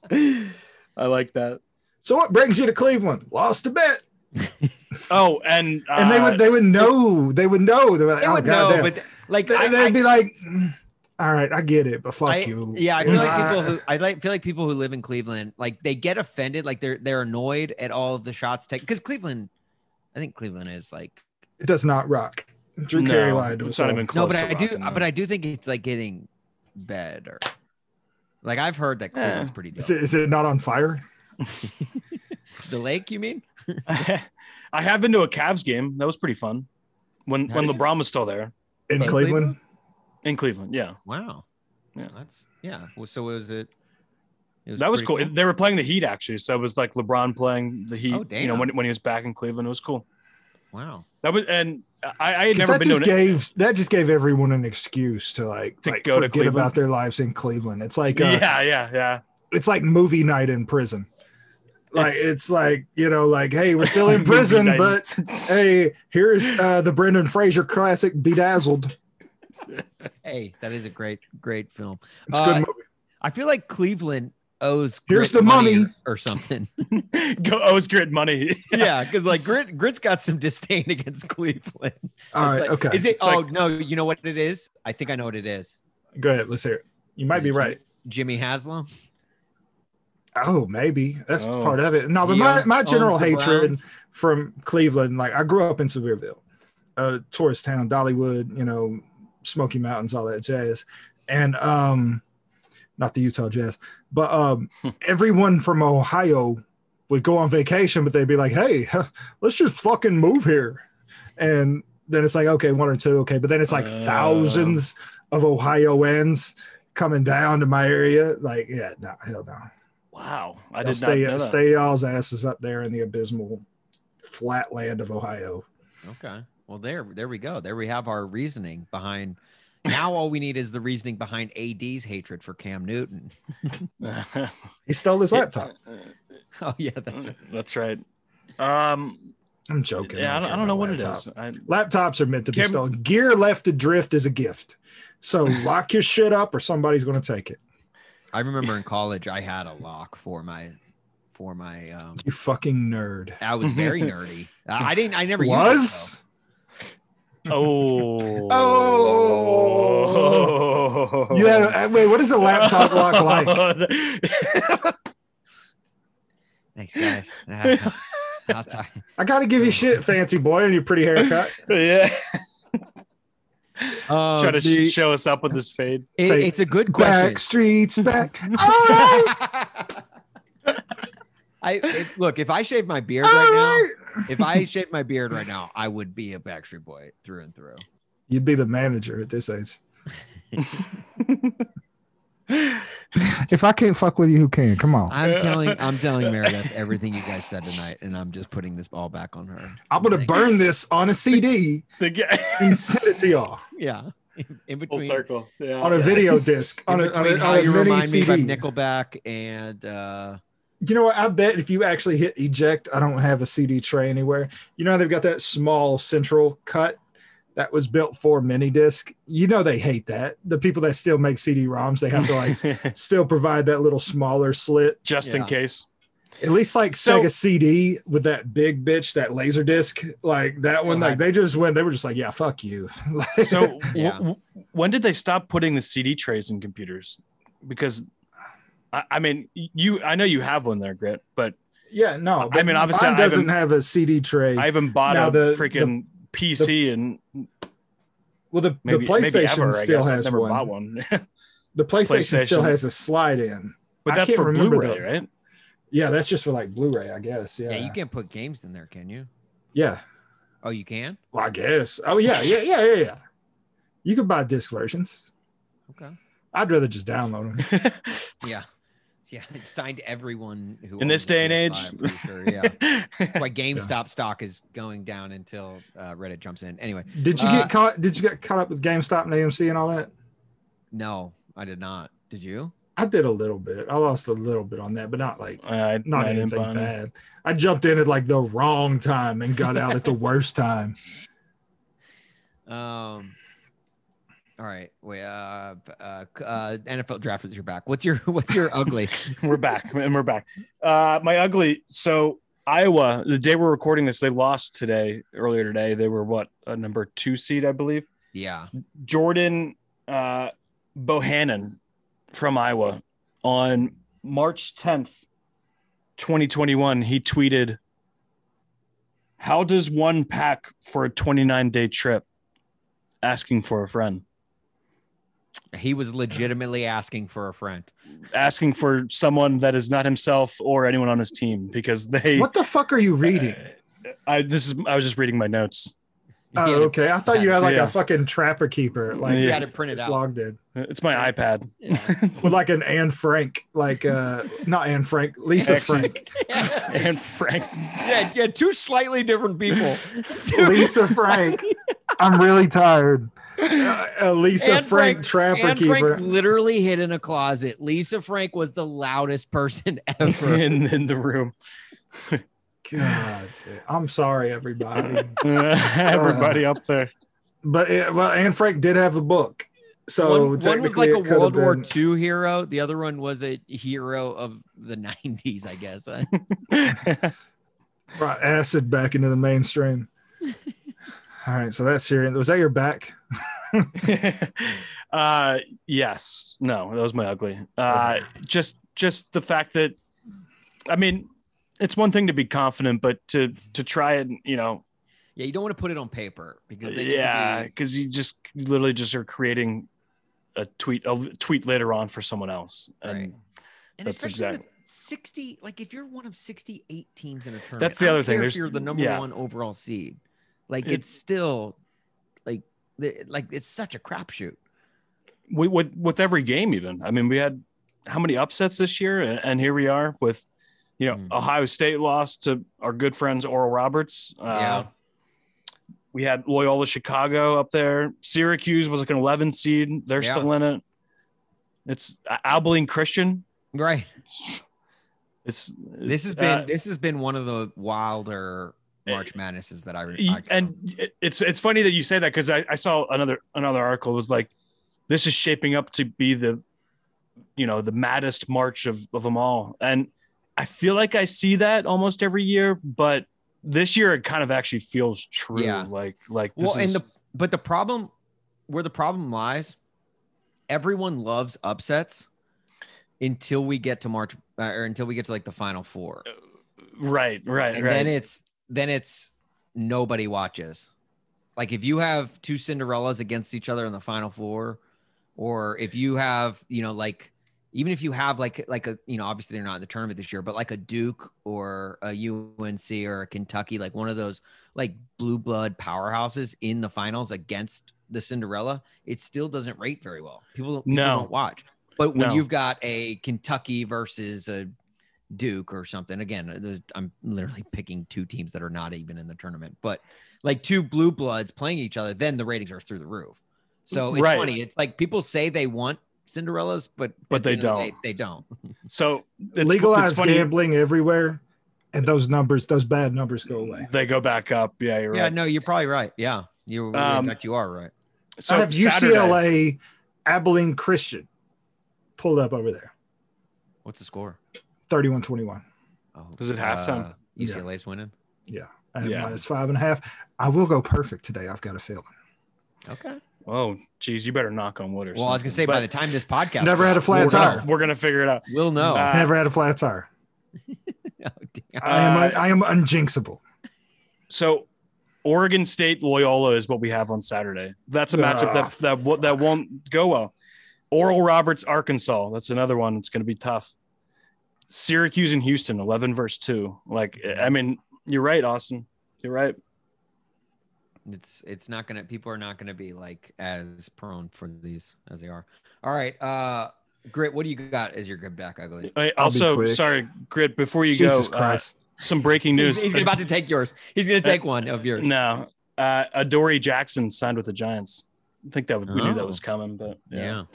S2: I like that.
S3: So what brings you to Cleveland? Lost a bet,
S2: Oh, and uh,
S3: and they would they would know they would know they were like,
S1: They
S3: oh
S1: would know,
S3: goddamn.
S1: but like
S3: They-
S1: I-
S3: they'd
S1: I-
S3: be like, "Mm, all right, I get it, but fuck
S1: I-
S3: you.
S1: Yeah, I feel like
S3: Ah.
S1: people who I like feel like people who live in Cleveland like they get offended, like they're they're annoyed at all of the shots taken because Cleveland, I think Cleveland is like
S3: it does not rock. Drew
S2: no,
S3: Carey lied to
S2: it's
S3: us.
S2: not
S3: all.
S2: even close.
S1: no, but
S2: to
S1: I do,
S2: rocking, though.
S1: but I do think it's like getting better. Like I've heard that
S2: Yeah.
S1: Cleveland's pretty
S3: Is
S1: dope.
S3: it, is it not on fire?
S1: The lake, you mean?
S2: I have been to a Cavs game. That was pretty fun. When
S1: How
S2: when
S1: do you-
S2: LeBron was still there
S3: In
S1: In
S3: Cleveland?
S2: in Cleveland, yeah,
S1: Wow.
S2: Yeah.
S1: that's yeah. Well, so was it? it
S2: that was
S1: pretty
S2: cool. They were playing the Heat actually, so it was like LeBron playing the Heat.
S1: Oh,
S2: you know,
S1: damn.
S2: when, when he was back in Cleveland, it was cool.
S1: Wow.
S2: That was, and I, I had
S3: 'Cause
S2: never
S3: That
S2: been to
S3: just
S2: an,
S3: gave that just gave everyone an excuse to like,
S2: To
S3: like,
S2: go to
S3: forget about
S2: Cleveland.
S3: their lives in Cleveland. It's like uh,
S2: yeah, yeah, yeah.
S3: it's like movie night in prison. Like it's,
S2: It's-
S3: like you know, like hey, we're still in
S2: Movie
S3: prison,
S2: night.
S3: but hey, here's uh, the Brendan Fraser classic Bedazzled.
S1: Hey, that is a great, great film.
S3: It's a
S1: Uh,
S3: good movie.
S1: I feel like Cleveland owes
S3: Here's
S1: Grit
S3: the money.
S1: or- or something.
S2: Go owes grid money.
S1: yeah, because like Grit, Grit's got some disdain against Cleveland.
S3: All
S1: It's
S3: right,
S1: like-
S3: okay.
S1: Is it?
S2: It's
S1: oh
S2: like-
S1: no, you know what it is? I think I know what it is.
S3: Go ahead, let's hear it. You
S1: Is
S3: might
S1: it
S3: be
S1: Jimmy-
S3: right.
S1: Jimmy Haslam.
S3: Oh, maybe that's
S2: Oh.
S3: part of it. No, but
S1: He
S3: my,
S1: owns-
S3: my general
S1: owns the
S3: hatred
S1: Browns.
S3: from Cleveland, like I grew up in Sevierville, uh, tourist town, Dollywood, you know, Smoky Mountains, all that jazz, and um, not the Utah Jazz, but um, everyone from Ohio would go on vacation, but they'd be like, "Hey, let's just fucking move here," and then it's like, okay, one or two, okay, but then it's like
S2: Uh.
S3: thousands of Ohioans coming down to my area, like, yeah, no, hell no.
S2: Wow, I
S3: Y'all
S2: did
S3: stay,
S2: not know that.
S3: stay y'all's asses up there in the abysmal flatland of Ohio.
S1: Okay. Well, there, there we go. There we have our reasoning behind. Now all we need is the reasoning behind AD's hatred for Cam Newton.
S3: He stole his laptop.
S1: Oh yeah, that's right.
S2: That's right. Um,
S3: I'm joking.
S2: yeah, I don't,
S3: care
S2: I don't know
S3: about
S2: what
S3: laptop.
S2: it is.
S3: Laptops are meant to be
S2: Cam-
S3: stolen. Gear left to drift is a gift. So lock your shit up or somebody's going to take it.
S1: I remember in college I had a lock for my, for my. Um,
S3: You fucking nerd.
S1: I was very nerdy. I I didn't. I never Used it,
S3: Was?
S2: I, oh,
S3: Oh. You had a, wait, what is a laptop lock like?
S1: though. Thanks, guys. Nah, I'll talk-
S3: I got to give you shit, fancy boy, and your pretty haircut.
S2: yeah,
S1: Oh,
S2: try to
S1: dude.
S2: sh- show us up with this fade.
S1: It-
S3: say-
S1: it's a good question.
S3: back streets, back. All right.
S1: I if- look if I shave my beard
S3: All
S1: right now.
S3: right.
S1: if I shaved my beard right now, I would be a Backstreet Boy through and through.
S3: You'd be the manager at this age. if I can't fuck with you, who can? Come on.
S1: I'm telling, I'm telling Meredith everything you guys said tonight, and I'm just putting this all back on her.
S3: I'm gonna
S1: Like,
S3: burn this on a CD
S2: The guy,
S3: and send it to y'all
S1: Yeah, in, in
S2: full
S1: between,
S2: circle. Yeah,
S3: on a
S2: yeah.
S3: video disc
S1: in
S3: on a, on a,
S1: between
S3: on
S1: how
S3: a
S1: you
S3: mini
S1: remind
S3: CD.
S1: me of Nickelback and uh,
S3: You know what? I bet if you actually hit eject, I don't have a CD tray anywhere. You know how they've got that small central cut that was built for mini disc. You know they hate that. The people that still make CD ROMs, they have to like still provide that little smaller slit.
S2: just in
S1: Yeah.
S2: case.
S3: At least like
S2: So-
S3: Sega CD with that big bitch, that laser disc, like that
S1: Still
S3: one. Like
S1: had-
S3: they just went. They were just like, yeah, fuck you. Like,
S2: So, w-
S1: Yeah.
S2: w- when did they stop putting the CD trays in computers? Because, I, I mean, you, I know you have one there, Grit, but
S3: yeah, no. but
S2: mean, obviously,
S3: mine
S2: I
S3: doesn't
S2: haven't-
S3: have a CD tray.
S2: I haven't bought
S3: Now
S2: a
S3: the-
S2: freaking PC and
S3: Well, the,
S2: maybe
S3: the PlayStation
S2: maybe ever, I
S3: still
S2: guess. I've
S3: has
S2: never
S3: one.
S2: bought one.
S3: The PlayStation, still
S2: PlayStation.
S3: has a slide in. I
S2: but that's
S3: can't
S2: for
S3: remember
S2: Blu-ray,
S3: the-
S2: right?
S3: Yeah, that's just for like Blu-ray, I guess. Yeah,
S1: yeah,
S3: yeah.
S1: you can't put games in there, can you? Oh, you can.
S3: Well, I guess. Oh yeah, yeah, yeah, yeah, yeah. You could buy disc versions.
S1: Okay.
S3: I'd rather just download them.
S1: Yeah, yeah. I signed everyone who
S2: In this
S1: owned a
S2: day and age?
S1: PS5, I'm pretty Sure. Yeah.
S2: Uh,
S1: That's why GameStop stock is going down until uh, Reddit jumps in. Anyway,
S3: Did you
S1: Uh,
S3: get caught? Did you get caught up with GameStop and AMC and all that?
S1: no, I did not. Did you?
S3: I did a little bit. I lost a little bit on that, but not like
S2: I,
S3: not
S2: I didn't buy
S3: anything
S2: any.
S3: bad. I jumped in at like the wrong time and got out at the worst time.
S1: Um, All right, wait. Uh, uh, uh, NFL draft is your back. What's your What's your ugly?
S2: We're back, and we're back. Uh, my ugly. So Iowa, the day we're recording this, they lost today. Earlier today, they were what a number two seed, I believe.
S1: Yeah,
S2: Jordan uh, Bohannon from Iowa on March 10th, 2021, he tweeted, How does one pack for a 29 day trip? Asking for a friend,
S1: he was legitimately asking for a friend.
S2: asking for someone that is not himself or anyone on his team because they.
S3: What the fuck are Uh, you reading?
S2: Uh, I this is I was just reading my notes.
S1: He
S3: Oh,
S1: had it-
S3: okay. I thought you had like
S2: Yeah.
S3: a fucking trapper keeper, like
S1: He
S2: Yeah.
S1: had it printed
S3: it's
S1: out.
S3: logged in
S2: It's my iPad.
S1: Yeah.
S3: with like an Anne Frank, like uh, not Anne Frank, Lisa
S2: Actually-
S3: Frank,
S1: yeah,
S2: And Frank,
S1: yeah, two slightly different people. Two-
S3: Lisa Frank. I'm really tired. Uh, uh, Lisa
S1: Anne
S3: Frank,
S1: Frank-
S3: trapper
S1: Anne
S3: keeper.
S1: Frank literally hid in a closet. Lisa Frank was the loudest person ever.
S2: in, in the room.
S3: God, dude. I'm sorry, everybody.
S1: Uh.
S2: Everybody up there.
S3: but it, well, Anne Frank did have a book, so
S1: one, one was
S3: technically
S1: like a
S3: it could
S1: World
S3: have
S1: War
S3: been-
S1: II hero. The other one was a hero of the 90s, I guess. Uh,
S3: brought acid back into the mainstream. All right, so that's your. Was that your back?
S2: uh yes no that was my ugly uh just just the fact that i mean it's one thing to be confident but to to try and you know
S1: yeah, you don't want to put it on paper because they
S2: yeah
S1: Be,
S2: because you just you literally just are creating a tweet a tweet later on for someone else and
S1: Right. and
S2: That's
S1: especially
S2: exact-
S1: with 60, like if you're one of 68 teams in a tournament,
S2: That's the
S1: I don't
S2: other thing.
S1: care If
S2: There's-
S1: you're the number
S2: yeah.
S1: one overall seed, like
S2: It-
S1: it's still like, the- like it's such a crapshoot.
S2: we, with with every game even i mean we had how many upsets this year and, and here we are with you know
S1: Mm.
S2: ohio state lost to our good friends oral roberts uh,
S1: Yeah.
S2: we had loyola chicago up there syracuse was like an 11 seed they're
S1: Yeah.
S2: still in it it's uh, abilene christian
S1: Right.
S2: it's
S1: This has
S2: it's,
S1: been
S2: uh,
S1: this has been one of the wilder March Madnesses that I, re- I
S2: y- and it- it's it's funny that you say that because I, I saw another another article was like this is shaping up to be the you know the maddest march of, of them all and i feel like i see that almost every year but this year it kind of actually feels true
S1: Yeah.
S2: like like
S1: well,
S2: this is,
S1: and the but the problem where the problem lies, everyone loves upsets until we get to March uh, or until we get to like the final four,
S2: right right
S1: and
S2: right
S1: then it's then it's nobody watches. Like if you have two Cinderellas against each other in the final four, or if you have you know like even if you have like like a you know obviously they're not in the tournament this year, but like a Duke or a UNC or a Kentucky, like one of those like blue blood powerhouses in the finals against the Cinderella, it still doesn't rate very well. People, don't- people
S2: No.
S1: don't watch. But when
S2: No.
S1: you've got a Kentucky versus a Duke or something, again, the- I'm literally picking two teams that are not even in the tournament, but like two blue bloods playing each other, then the ratings are through the roof. So it's
S2: Right.
S1: funny. It's like people say they want Cinderellas, but
S2: But
S1: at the
S2: they
S1: end of the day,
S2: don't.
S1: they don't.
S2: so it's, it's
S3: Legalize
S2: funny,
S3: gambling everywhere, and those numbers, those bad numbers, go away.
S2: they go back up yeah you're
S1: Yeah,
S2: right
S1: no, you're probably right. Yeah, you.
S2: Um,
S1: in fact, you are right.
S2: so
S3: I have
S2: Saturday-
S3: UCLA, Abilene Christian, pulled up over there,
S1: What's the score?
S3: 31-21.
S1: Oh,
S2: Is it halftime?
S1: uh, UCLA's winning.
S3: I have
S2: Yeah.
S3: minus five and a half. I will go perfect today. I've got a feeling.
S1: Okay.
S2: oh geez you better knock on wood or
S1: Well, I was gonna say by the time this podcast,
S3: Never had a
S1: flat.
S3: flat
S2: we're
S3: tire.
S2: gonna, we're gonna figure it out
S1: We'll know.
S2: Uh,
S3: Never had a flat tire.
S1: oh, damn.
S3: I am
S2: Uh,
S3: un- I am unjinxable.
S2: So Oregon State Loyola is what we have on Saturday. That's a matchup
S3: Ah,
S2: that that wo- that won't go well. Oral Roberts Arkansas. That's another one. It's going to be tough. Syracuse and Houston 11 verse 2. Like I mean, you're right, Austin. You're right.
S1: It's it's not gonna. People are not gonna be like as prone for these as they are. All right. Uh, Grit, what do you got as your good back ugly?
S2: I,
S3: I'll be
S2: also,
S3: quick.
S2: sorry, Grit, before you
S3: Jesus
S2: go, uh,
S3: Christ.
S2: some breaking news.
S1: He's, he's about to take yours. He's gonna take one of yours.
S2: no. Uh Adoree Jackson signed with the Giants. I think that would, we knew that
S1: Oh.
S2: was coming, but yeah.
S1: Yeah.
S2: uh,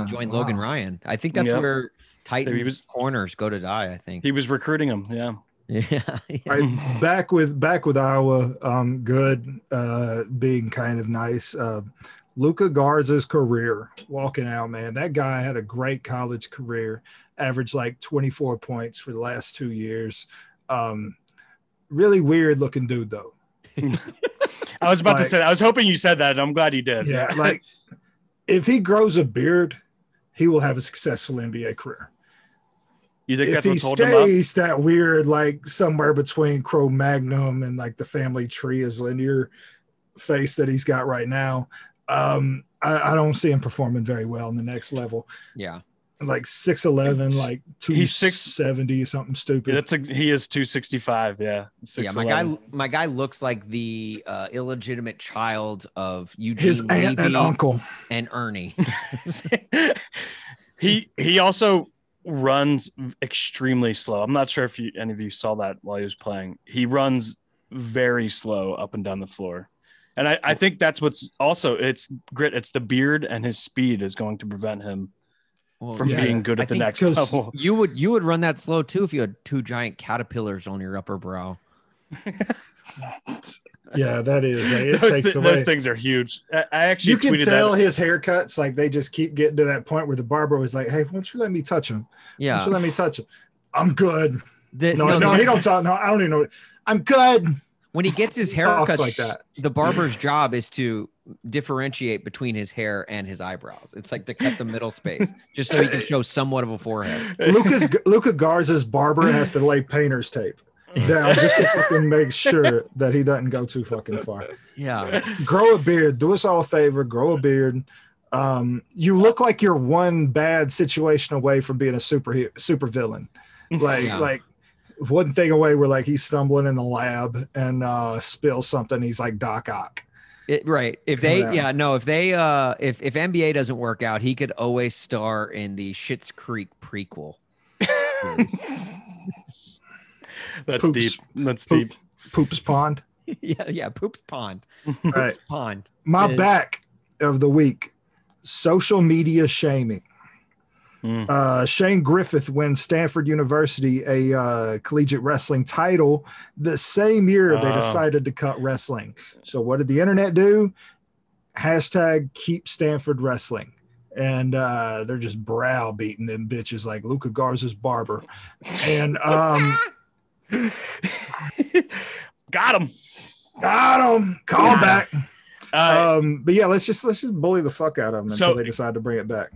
S3: yeah.
S1: He joined
S3: wow.
S1: Logan Ryan. I think that's
S2: Yep.
S1: where Titans
S2: was-
S1: corners go to die. I think.
S2: He was recruiting him. Yeah.
S1: yeah. yeah.
S3: Right. back with back with Iowa. Um, good. Uh, being kind of nice. Uh, Luca Garza's career walking out, man. That guy had a great college career, averaged like 24 points for the last two years. Um, really weird looking dude, though.
S2: I was about to
S3: Like-
S2: say. I was hoping you said that. and I'm glad you did.
S3: Yeah, like if he grows a beard, he will have a successful NBA career.
S2: you think
S3: if
S2: that's
S3: he
S2: what's holding him up?
S3: stays that weird, like somewhere between Cro Magnum and like the family tree is linear face that he's got right now, um, I, I don't see him performing very well in the next level.
S1: Yeah.
S3: Like six eleven,
S2: He's-
S3: like two
S2: he's
S3: six
S2: six-
S3: seventy, something stupid.
S2: Yeah, that's ex- he is 265. Yeah.
S1: yeah, my
S2: 6'11".
S1: guy, my guy looks like the uh, illegitimate child of Eugene
S3: His aunt
S1: Levy
S3: and uncle.
S1: and Ernie.
S2: he he also runs extremely slow. I'm not sure if you, any of you saw that while he was playing. He runs very slow up and down the floor. And I, I think that's what's also it's grit, it's the beard and his speed is going to prevent him
S1: Well,
S2: from
S3: yeah.
S2: being good
S1: I
S2: at the
S1: think
S2: next
S3: 'cause-
S2: level.
S1: You would you would run that slow too if you had two giant caterpillars on your upper brow.
S3: Yeah, that is. Like, it
S2: those,
S3: takes
S2: thi-
S3: away.
S2: those things are huge. I, I actually
S3: you can
S2: tweeted
S3: tell
S2: that.
S3: his haircuts like they just keep getting to that point where the barber was like, "Hey, won't you let me touch him? Why Won't
S1: Yeah.
S3: you let me touch him? I'm good.
S1: The-
S3: No, no,
S1: the-
S3: he don't talk. No, I don't even know. I'm good.
S1: when he gets his hair
S3: Talks
S1: cut
S3: like that.
S1: the barber's job is to differentiate between his hair and his eyebrows. It's like to cut the middle space just so he can show somewhat of a forehead.
S3: Lucas Luca Garza's barber has to lay painter's tape down just to fucking make sure that he doesn't go too fucking far.
S1: Yeah.
S3: Grow a beard. Do us all a favor. Grow a beard. Um, you look like you're one bad situation away from being a super super villain. Like
S1: Yeah.
S3: like one thing away where like he's stumbling in the lab and uh spills something. He's like Doc Ock.
S1: It, right. If
S3: Coming
S1: they
S3: out.
S1: yeah, no, if they uh if if NBA doesn't work out, he could always star in the Shits Creek prequel.
S2: That's
S3: Poops.
S2: deep. That's
S3: Poop.
S2: deep.
S3: Poops Pond.
S1: yeah, yeah, Poops Pond.
S3: All right.
S1: Poops Pond.
S3: My
S1: Yeah.
S3: back of the week social media shaming.
S2: Mm.
S3: Uh, Shane Griffith wins Stanford University a uh, collegiate wrestling title the same year they
S2: Oh.
S3: decided to cut wrestling. So, what did the internet do? Hashtag keep Stanford wrestling. And uh, they're just browbeating them bitches like Luca Garza's barber. And um,
S2: Got him.
S3: got him. Call
S2: Yeah.
S3: back.
S2: Uh,
S3: Um, but yeah, let's just let's just bully the fuck out of them
S2: So-
S3: until they decide to bring it back.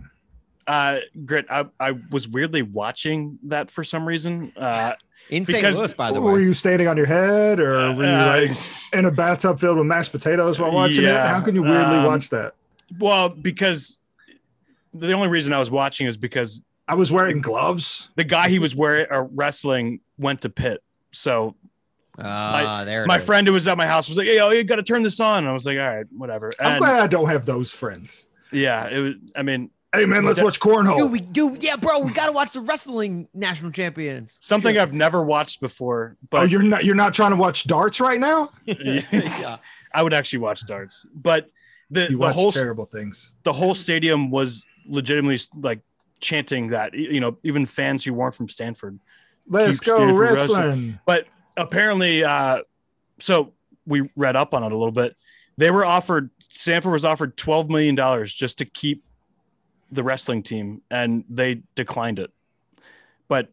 S2: uh grit I, I was weirdly watching that for some reason uh
S1: In St.
S2: Because-
S1: Louis, by the
S3: were
S1: way.
S3: you standing on your head or were you
S2: uh,
S3: like in a bathtub filled with mashed potatoes while watching it?
S2: Yeah,
S3: How can you weirdly
S2: um,
S3: watch that?
S2: well because the only reason i was watching is because
S3: I was wearing gloves.
S2: the guy he was wearing or wrestling went to pit so
S1: Ah, there it
S2: my
S1: is.
S2: friend who was at my house was like yo you gotta turn this on i was like all right whatever
S3: I'm
S2: and
S3: glad I don't have those friends.
S2: yeah it was i mean
S3: Hey man, let's
S2: That-
S3: watch cornhole.
S1: Dude, we do. Yeah, bro, we gotta watch the wrestling national champions.
S2: something i've never watched before
S3: oh,
S2: but
S3: you're not you're not trying to watch darts right now?
S1: yeah.
S2: i would actually watch darts but the,
S3: You
S2: the
S3: watch
S2: whole
S3: terrible things.
S2: the whole stadium was legitimately like chanting that you know even fans who weren't from stanford
S3: Let's
S2: Keep
S3: go
S2: Stanford
S3: wrestling.
S2: wrestling. apparently uh so we read up on it a little bit they were offered stanford was offered 12 million dollars just to keep the wrestling team and they declined it but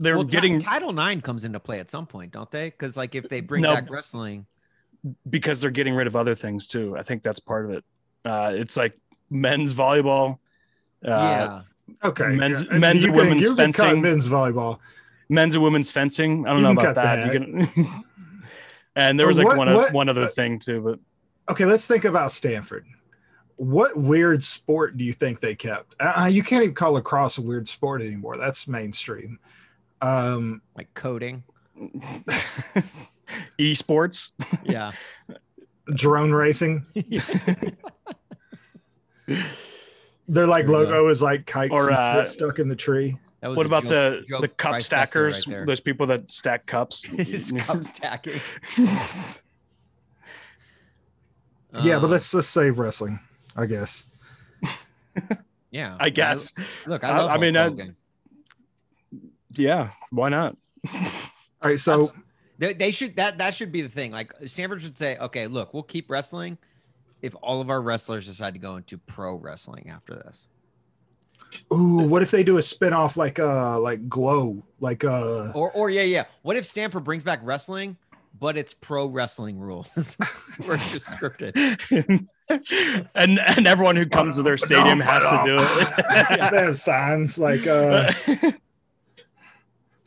S2: they were
S1: Well, ti-
S2: getting
S1: Title Nine comes into play at some point, don't they? Because like if they bring
S2: No.
S1: back wrestling,
S2: because they're getting rid of other things too i think that's part of it uh it's like men's volleyball uh
S1: yeah,
S3: Okay.
S2: Men's-
S3: yeah.
S2: men's
S3: you
S2: and
S3: can,
S2: women's
S3: you can cut
S2: fencing.
S3: men's volleyball.
S2: men's and women's fencing i don't know
S3: You can
S2: about
S3: cut
S2: that, You can- and there
S3: But
S2: was like
S3: what-
S2: one, oth-
S3: what-
S2: one other thing too but
S3: Okay, let's think about Stanford. What weird sport do you think they kept? Uh, you can't even call lacrosse a weird sport anymore. That's mainstream. Um,
S1: like coding.
S2: esports
S1: Yeah,
S3: drone racing.
S1: Yeah.
S3: Their like
S1: There you
S3: logo is like kites
S2: Or,
S3: and
S2: uh,
S3: shit stuck in the tree.
S1: That was a
S2: what about
S1: joke-
S2: the
S1: joke
S2: the cup
S1: trifecta
S2: stackers
S1: right there.
S2: those people that stack cups
S1: It's cup stacking.
S3: yeah, but
S1: Um,
S3: let's let's save wrestling, I guess.
S1: Yeah,
S2: i guess
S1: look, I,
S2: I-
S1: love
S2: I
S1: Hulk
S2: mean, uh, I-
S1: Hogan.
S2: yeah why not
S3: All right, so
S1: They, they should that that should be the thing. Like Stanford should say, okay, look, we'll keep wrestling if all of our wrestlers decide to go into pro wrestling after this?
S3: Ooh, what if they do a spinoff like uh like Glow, like uh
S1: Or or yeah, yeah. What if Stanford brings back wrestling, but it's pro wrestling rules? We're just scripted.
S2: and and everyone who comes to their stadium has to do it.
S3: they have signs like uh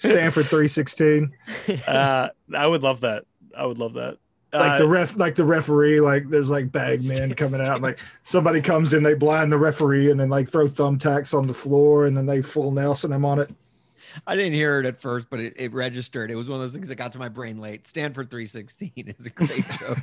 S3: Stanford 316.
S2: uh, I would love that. I would love that.
S3: Like
S2: Uh,
S3: the ref like the referee, like there's like bag men coming out, like somebody comes in, they blind the referee and then like throw thumbtacks on the floor and then they full Nelson him on it.
S1: I didn't hear it at first, but it, it registered. It was one of those things that got to my brain late. Stanford 316 is a great joke.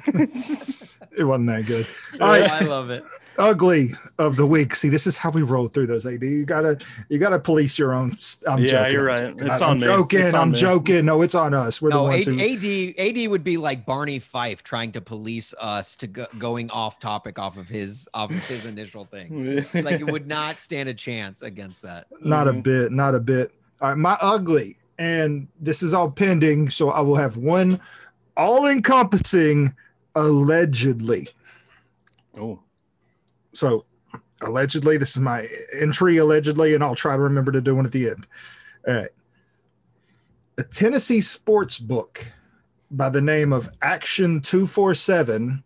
S3: It wasn't that good. All right.
S1: I love it.
S3: ugly of the week. See, this is how we roll through those. AD, you gotta, you gotta police your own. st- I'm
S2: Yeah,
S3: joking.
S2: you're
S3: I'm
S2: right.
S3: joking.
S2: It's
S3: I'm
S2: on me.
S3: Joking.
S2: It's on
S3: I'm
S2: me.
S3: joking. No, it's on us. We're the
S1: No,
S3: ones
S1: AD,
S3: who.
S1: AD AD would be like Barney Fife trying to police us to go, going off topic off of his off of his initial thing. Like it would not stand a chance against that.
S3: not a
S2: Mm-hmm.
S3: bit. Not a bit. All right, my ugly, and this is all pending, so I will have one all-encompassing allegedly.
S2: Oh,
S3: So, allegedly, this is my entry allegedly, and I'll try to remember to do one at the end. All right. A Tennessee sports book by the name of Action 247,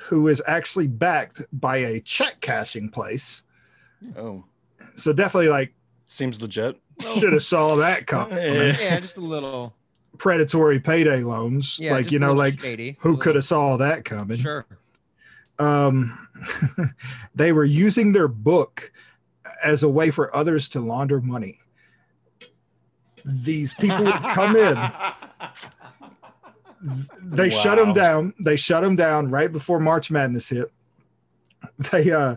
S3: who is actually backed by a check cashing place.
S2: oh,
S3: So, definitely like,
S2: seems legit.
S3: should have saw that coming.
S2: Yeah.
S1: Yeah, just a little.
S3: Predatory payday loans.
S1: Yeah,
S3: like,
S1: just
S3: you
S1: a
S3: know,
S1: little
S3: like,
S1: shady, a
S3: who
S1: little-
S3: could have saw that coming?
S1: Sure.
S3: um, they were using their book as a way for others to launder money. These people would come in, they shut them
S2: Wow.
S3: down. They shut them down right before March Madness hit. They uh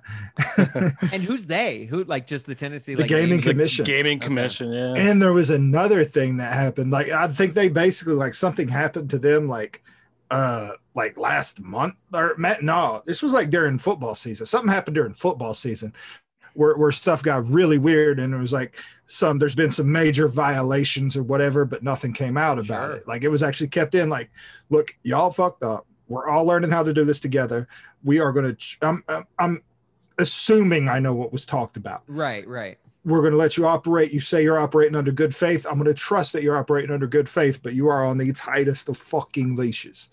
S1: and who's they? Who like just the Tennessee
S3: The
S1: like
S3: gaming
S1: gaming-
S3: Commission.
S2: Gaming
S1: Okay.
S2: commission. Yeah.
S3: and there was another thing that happened. Like I think they basically like something happened to them like uh like last month or Matt no, this was like during football season. Something happened during football season where where stuff got really weird and it was like some there's been some major violations or whatever, but nothing came out about
S1: Sure.
S3: it. Like it was actually kept in like, look, y'all fucked up. We're all learning how to do this together. We are gonna ch- I'm I'm, I'm assuming I know what was talked about
S1: Right, right.
S3: we're going to let you operate. You say you're operating under good faith. I'm going to trust that you're operating under good faith, but you are on the tightest of fucking leashes.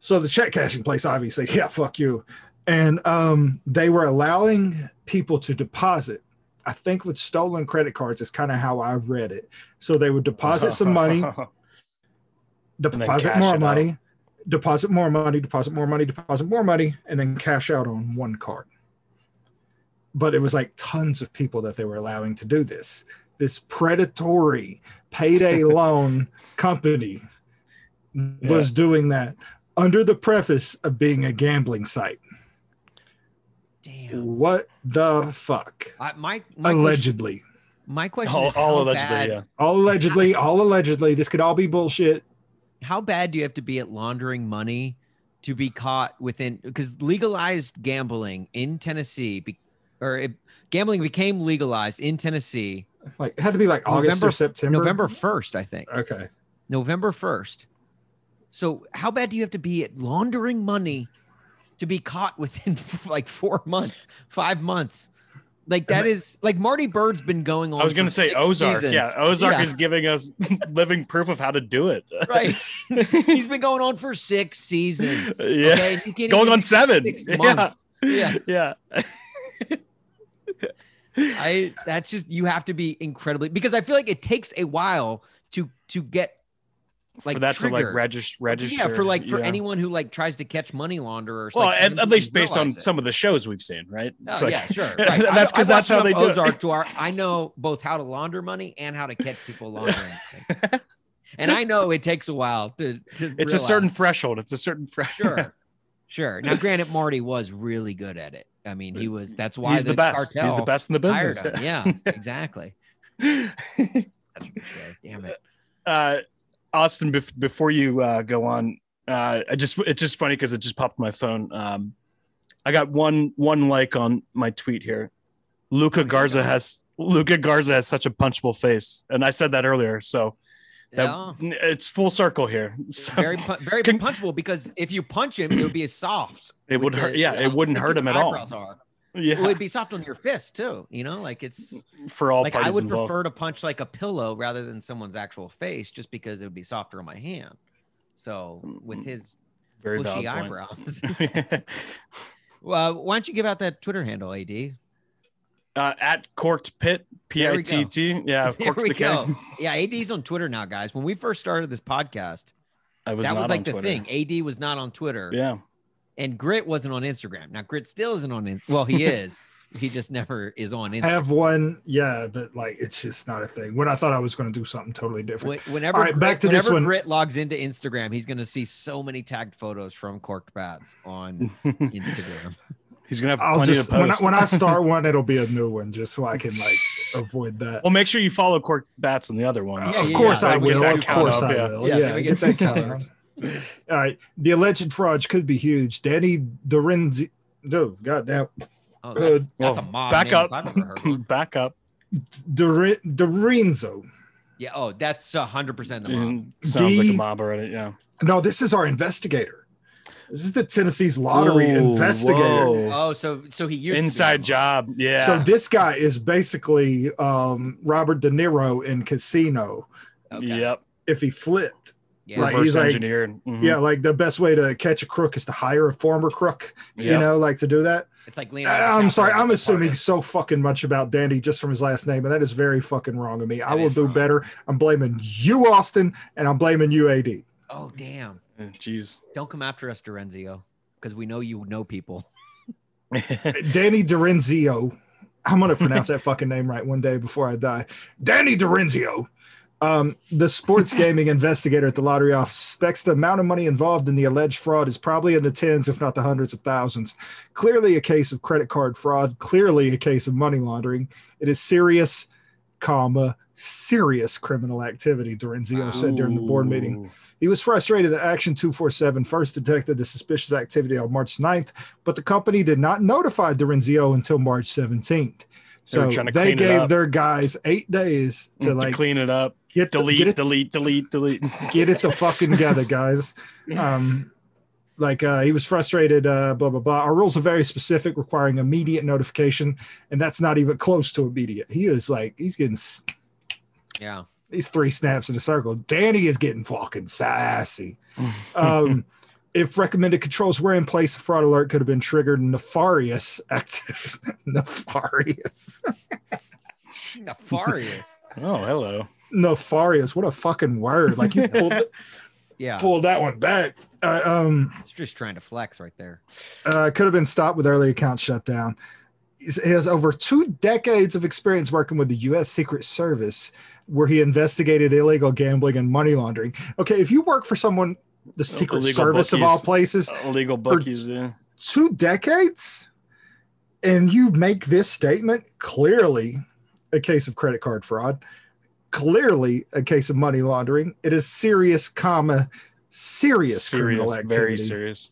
S3: So the check cashing place, obviously, yeah, fuck you. And um, they were allowing people to deposit. I think with stolen credit cards is kind of how I read it. So they would deposit some money,
S2: then
S3: deposit
S2: cash it
S3: more
S2: out.
S3: money, deposit more money, deposit more money, deposit more money, and then cash out on one card. But it was like tons of people that they were allowing to do this. This predatory payday loan company was doing that under the preface of being a gambling site.
S1: Damn.
S3: What the fuck?
S1: I, my my question,
S3: Allegedly.
S1: my question
S2: all,
S1: is
S2: all
S1: how
S2: allegedly.
S1: bad
S2: Yeah.
S3: All allegedly, all allegedly. This could all be bullshit.
S1: how bad do you have to be at laundering money to be caught within because legalized gambling in Tennessee be, or it, gambling became legalized in Tennessee
S3: Like it had to be like August
S1: November-
S3: or September.
S1: November 1st I think
S3: Okay.
S1: November 1st so how bad do you have to be at laundering money to be caught within like 4 months 5 months like that is like Marty Bird's been going on
S2: I was
S1: for
S2: gonna say
S1: six
S2: Ozark.
S1: seasons.
S2: Yeah, Ozark
S1: Yeah.
S2: is giving us living proof of how to do it.
S1: right he's been going on for 6 seasons
S2: Yeah.
S1: okay? You can't
S2: Going
S1: even
S2: on
S1: be
S2: seven.
S1: six
S2: Yeah.
S1: months. yeah.
S2: yeah.
S1: I that's just you have to be incredibly because I feel like it takes a while to to get like
S2: for that to like
S1: triggered.
S2: register, register.
S1: Yeah, for like for
S2: yeah.
S1: anyone who like tries to catch money launderers.
S2: Well,
S1: like,
S2: at,
S1: you
S2: at least
S1: realize
S2: based on
S1: it.
S2: some of the shows we've seen, right?
S1: Oh,
S2: It's like-
S1: yeah, sure. Right.
S2: That's
S1: I-
S2: 'cause
S1: I watched
S2: that's how
S1: enough
S2: they do it.
S1: Ozark to our. I know both how to launder money and how to catch people laundering. money. and I know it takes a while to. to
S2: It's a
S1: realize.
S2: certain threshold. It's a certain threshold.
S1: Sure, sure. Now, granted, Marty was really good at it. I mean, he was. That's why
S2: He's the, best. He's the
S1: cartel
S2: best in the
S1: hired
S2: business.
S1: him. Yeah, exactly. That's what I'm saying. Damn it.
S2: uh, Austin, bef- before you uh, go on, uh, I just it's just funny because it just popped in my phone. Um, I got one one like on my tweet here. Luca
S1: Oh, yeah,
S2: Garza
S1: go.
S2: has Luca Garza has such a punchable face, and I said that earlier. So That-
S1: Yeah.
S2: It's full circle here. So
S1: Oh, Very pu- very
S2: Con-
S1: punchable because if you punch him, it would be as soft.
S2: it would
S1: with
S2: hurt.
S1: the- uh,
S2: Yeah, it wouldn't
S1: with
S2: hurt
S1: his
S2: him at all.
S1: eyebrows Are. It
S2: Yeah,
S1: would be soft on your fist too. You know, like it's
S2: for all
S1: like I
S2: parties
S1: would
S2: involved.
S1: prefer to punch like a pillow rather than someone's actual face, just because it would be softer on my hand. So with
S2: Mm,
S1: his
S2: Very valid
S1: bushy
S2: point.
S1: eyebrows, well, why don't you give out that Twitter handle, Ad?
S2: uh, at corked pit p
S1: There
S2: i
S1: we go.
S2: t t. Yeah,
S1: There
S2: corked
S1: we
S2: the
S1: go.
S2: K.
S1: Yeah, AD's on Twitter now, guys. When we first started this podcast,
S2: I was
S1: that
S2: not
S1: was
S2: on
S1: like the
S2: Twitter.
S1: thing. AD was not on Twitter,
S2: Yeah,
S1: and Grit wasn't on Instagram. Now Grit still isn't on. In- well, he is. he just never is on Instagram.
S3: Have one, yeah, but like it's just not a thing. When I thought I was going to do something totally different,
S1: Wh- Whenever,
S3: All right,
S1: Grit-
S3: back to this
S1: whenever
S3: one.
S1: Grit logs into Instagram, he's going to see so many tagged photos from Corked Bats on Instagram.
S2: he's gonna have
S3: I'll
S2: plenty
S3: just
S2: to post.
S3: when I, when I start one, it'll be a new one just so I can like avoid that.
S2: well, make sure you follow corked bats on the other ones.
S1: Yeah,
S3: of
S1: yeah,
S3: course
S1: yeah.
S3: I
S2: Get
S3: will.
S2: that
S3: Of
S2: count
S3: course
S2: up,
S3: I
S2: yeah.
S3: will.
S1: Yeah,
S3: Yeah,
S1: then we
S3: get,
S1: get
S3: that
S1: that
S3: count.
S1: count
S3: up. All right, the alleged frauds could be huge. Danny Dorenzi, no, goddamn, uh,
S1: Oh, that's, that's a
S2: Whoa,
S1: mob.
S2: back
S1: name
S2: up.
S1: if I've ever heard one.
S2: Back up.
S3: Dore- Dorenzo.
S1: Yeah. Oh, that's hundred percent the mob.
S2: Mm, Sounds like a
S3: D-
S2: mob already. Yeah.
S3: No, this is our investigator. This is the Tennessee's lottery
S2: Ooh,
S3: investigator.
S2: whoa.
S1: Oh, so so he used to be
S2: Inside
S1: the mob.
S2: job. Yeah.
S3: So this guy is basically um, Robert De Niro in Casino
S1: Okay.
S2: Yep.
S3: if he flipped.
S1: Yeah.
S3: Like,
S2: Reverse
S3: he's like-
S2: engineered. Mhm.
S1: Mm-hmm.
S3: Yeah, like the best way to catch a crook is to hire a former crook. You
S2: Yep.
S3: know, like to do that.
S1: It's like
S3: Uh,
S1: Leonardo.
S3: I'm
S1: DiCaprio
S3: sorry.
S1: with
S3: I'm
S1: the
S3: assuming
S1: partner.
S3: so fucking much about Dandy just from his last name, and that is very fucking wrong of me. I
S1: That
S3: will
S1: is
S3: do
S1: wrong.
S3: better. I'm blaming you, Austin, and I'm blaming you, AD.
S1: Oh damn!
S2: Eh, Jeez.
S1: Don't come after us, Dorenzio, because we know you know people.
S3: Danny Dorenzio. I'm gonna pronounce that fucking name right one day before I die. Danny Dorenzio. Um, the sports gaming investigator at the lottery office suspects the amount of money involved in the alleged fraud is probably in the tens, if not the hundreds of thousands. Clearly, a case of credit card fraud. Clearly, a case of money laundering. It is serious, comma serious criminal activity. Dorenzio said during the board meeting.
S2: Ooh.
S3: He was frustrated that Action 247 first detected the suspicious activity on March 9th, but the company did not notify Dorenzio until March 17th. So
S2: were
S3: they,
S2: trying to clean it
S3: gave
S2: up. Mm,
S3: their guys eight days to
S2: To
S3: like
S2: clean it up.
S3: get the,
S2: Delete,
S3: get, it,
S2: delete, delete, delete.
S3: get it the fucking together, guys. Um, like uh, he was frustrated, uh, blah blah blah. Our rules are very specific, requiring immediate notification, and that's not even close to immediate. He is like he's getting s-
S1: Yeah.
S3: these three snaps in a circle. Danny is getting fucking sassy. Um, if recommended controls were in place, a fraud alert could have been triggered. Nefarious active, nefarious,
S1: Nefarious.
S2: Oh, hello.
S3: nefarious. What a fucking word! Like you pulled,
S1: Yeah.
S3: pulled that one back. Uh, um,
S1: It's just trying to flex right there.
S3: uh, could have been stopped with early account shutdown. He's- He has over two decades of experience working with the U.S. Secret Service, where he investigated illegal gambling and money laundering. Okay, if you work for someone, the Secret
S2: Oh, illegal
S3: Service of all
S2: bookies.
S3: places,
S2: Illegal bookies. uh, Yeah.
S3: two decades, and you make this statement clearly a case of credit card fraud, clearly a case of money laundering. It is serious, comma serious, criminal activity.
S2: very serious.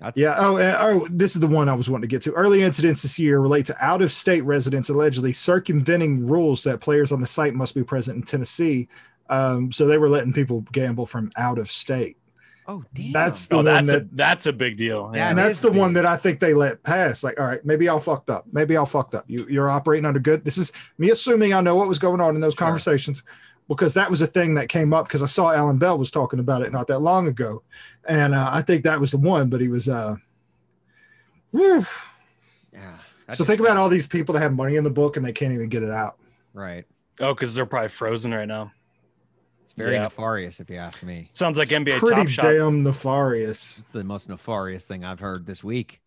S1: That's,
S3: Yeah. Oh, and, oh, this is the one I was wanting to get to. Early incidents this year relate to out of state residents allegedly circumventing rules that players on the site must be present in Tennessee. Um, so they were letting people gamble from out of state.
S1: Oh damn.
S3: That's the
S2: Oh,
S3: one
S2: that's
S3: that.
S2: a that's a big deal.
S1: Yeah,
S3: and
S1: that
S3: that's
S1: is
S3: the
S1: big.
S3: one that I think they let pass. Like, all right, maybe I'll fucked up. Maybe I'll fucked up. You, you're operating under good. This is me assuming I know what was going on in those
S1: Sure.
S3: conversations because that was a thing that came up because I saw Alan Bell was talking about it not that long ago. And uh, I think that was the one, but he was, uh, whew,
S1: yeah.
S3: so think about all these people that have money in the book and they can't even get it out.
S1: Right.
S2: Oh, because they're probably frozen right now.
S1: It's very
S2: Yeah.
S1: nefarious, if you ask me.
S2: Sounds like
S3: It's
S2: NBA
S3: pretty
S2: Top Shot.
S3: damn nefarious.
S1: It's the most nefarious thing I've heard this week.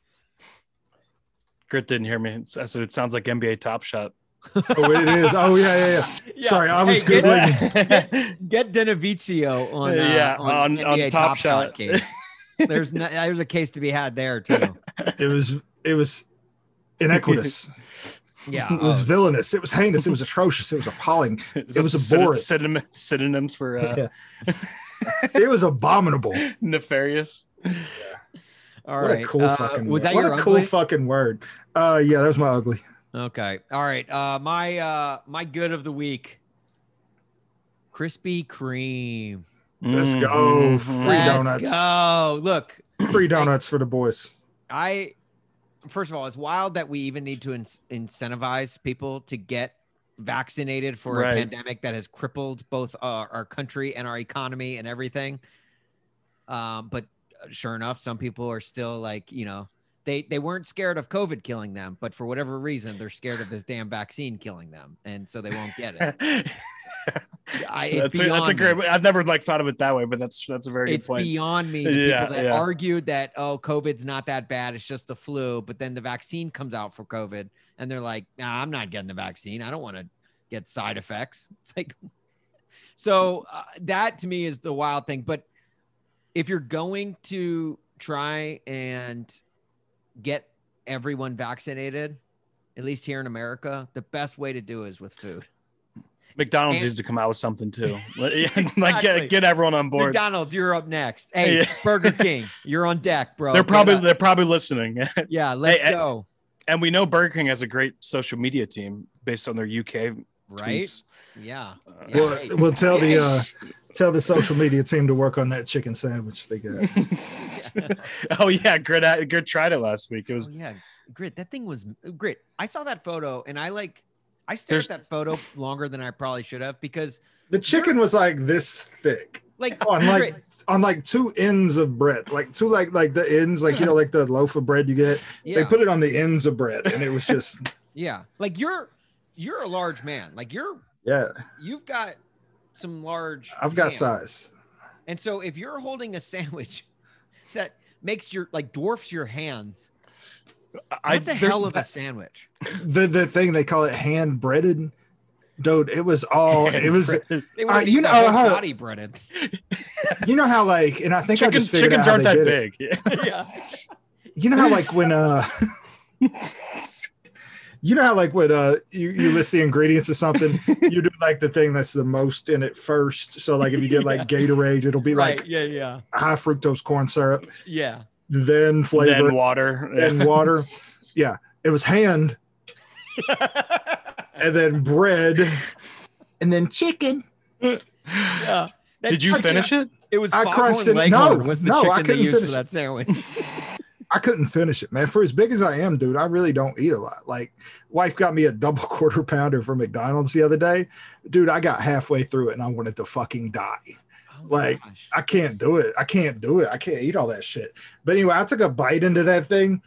S2: Grit didn't hear me. I said it sounds like NBA Top Shot.
S3: Oh, it is. Oh yeah, yeah, yeah. Sorry, I was
S1: Hey, get-
S3: googling.
S1: Get Denovicio on uh,
S2: Yeah,
S1: on,
S2: on- on
S1: NBA
S2: Top
S1: Top, Shot.
S2: Shot.
S1: case. There's no, there's a case to be had there too.
S3: It was it was inequitous.
S1: Yeah,
S3: It was
S1: oh,
S3: villainous. It was heinous. It was atrocious. It was appalling.
S2: it
S3: was a board.
S2: Synonym, synonyms for uh,
S3: Yeah. it was abominable.
S2: nefarious.
S1: all
S3: what
S1: right.
S3: a cool
S1: Uh,
S3: fucking
S1: was
S3: word.
S1: that
S3: what
S1: your
S3: a cool
S1: ugly?
S3: fucking word. Uh yeah, that was my ugly.
S1: okay. All right. Uh, my uh, my good of the week Krispy Kreme.
S3: Let's go.
S2: Mm-hmm.
S3: Free
S1: Let's
S3: donuts.
S1: go. Look,
S3: Free donuts for the boys.
S1: I first of all, it's wild that we even need to in- incentivize people to get vaccinated for
S2: Right.
S1: a pandemic that has crippled both our, our country and our economy and everything. Um, but sure enough, some people are still like, you know, they they weren't scared of COVID killing them, but for whatever reason, they're scared of this damn vaccine killing them, and so they won't get it. I, it's
S2: that's, a, that's a
S1: beyond me.
S2: great. I've never like thought of it that way, but that's that's a very
S1: it's
S2: good point.
S1: beyond me. The
S2: Yeah,
S1: people that
S2: yeah.
S1: argued that oh, COVID's not that bad, it's just the flu, but then the vaccine comes out for COVID, and they're like, nah, I'm not getting the vaccine. I don't want to get side effects. It's like, so uh, that to me is the wild thing. But if you're going to try and get everyone vaccinated, at least here in America, the best way to do is with food.
S2: McDonald's
S1: and-
S2: needs to come out with something too. Like, like
S1: Exactly.
S2: get, get everyone on board.
S1: McDonald's, you're up next. Hey,
S2: Yeah.
S1: Burger King, you're on deck, bro.
S2: they're
S1: Get
S2: probably
S1: up.
S2: they're probably listening,
S1: yeah. Let's
S2: Hey, I-
S1: go.
S2: and we know Burger King has a great social media team based on their UK
S1: right?
S2: tweets.
S1: Yeah.
S2: Uh,
S1: Yeah.
S3: We'll,
S1: Hey.
S3: we'll tell the uh, tell the social media team to work on that chicken sandwich they got.
S2: oh yeah, Grit Grit tried it last week. It was
S1: Oh, yeah. Grit, that thing was grit. I saw that photo and I like, I stared at that photo longer than I probably should have because,
S3: The chicken was like this thick
S1: like,
S3: on Oh, like
S1: Grit,
S3: on like two ends of bread, like two like like the ends, like you know, like the loaf of bread you get.
S1: yeah,
S3: They put it on the ends of bread, and it was just
S1: yeah. Like you're, you're a large man. Like you're,
S3: yeah.
S1: you've got some large.
S3: I've got
S1: hands.
S3: size.
S1: And so if you're holding a sandwich that makes your like dwarfs your hands,
S2: I,
S1: that's a
S2: there's-
S1: hell of a sandwich.
S3: The the thing they call it hand breaded, dude. It was all Oh, it was.
S1: They would've
S3: Uh, you
S1: eaten the
S3: know
S1: whole
S3: how-
S1: body breaded.
S3: You know how like, and I think I
S2: Chicken,
S3: just figured out
S2: chickens
S3: how
S2: aren't
S3: they
S2: that
S3: did it.
S2: big. Yeah.
S1: yeah.
S3: You know how like when uh you know how like when uh you, you list the ingredients of something, you do like the thing that's the most in it first. So like if you get like Gatorade, it'll be
S1: Right.
S3: like
S1: yeah. Yeah.
S3: high fructose corn syrup,
S1: Yeah.
S3: then
S2: Then
S3: flavor,
S2: water. Yeah.
S3: then, water. Yeah. It was hand and then bread and then chicken.
S1: yeah. That-
S2: Did you
S1: I-
S2: finish it?
S1: It was
S3: I
S1: Foghorn
S3: crunched it-
S1: Leghorn
S3: no,
S1: was the
S3: no,
S1: chicken
S3: I
S1: they
S3: couldn't
S1: used for
S3: finish
S1: that sandwich.
S3: I couldn't finish it, man. For as big as I am, dude, I really don't eat a lot. Like, wife got me a double quarter pounder from McDonald's the other day. Dude, I got halfway through it and I wanted to fucking die. Like, I can't do it. I can't do it. I can't eat all that shit. But anyway, I took a bite into that thing.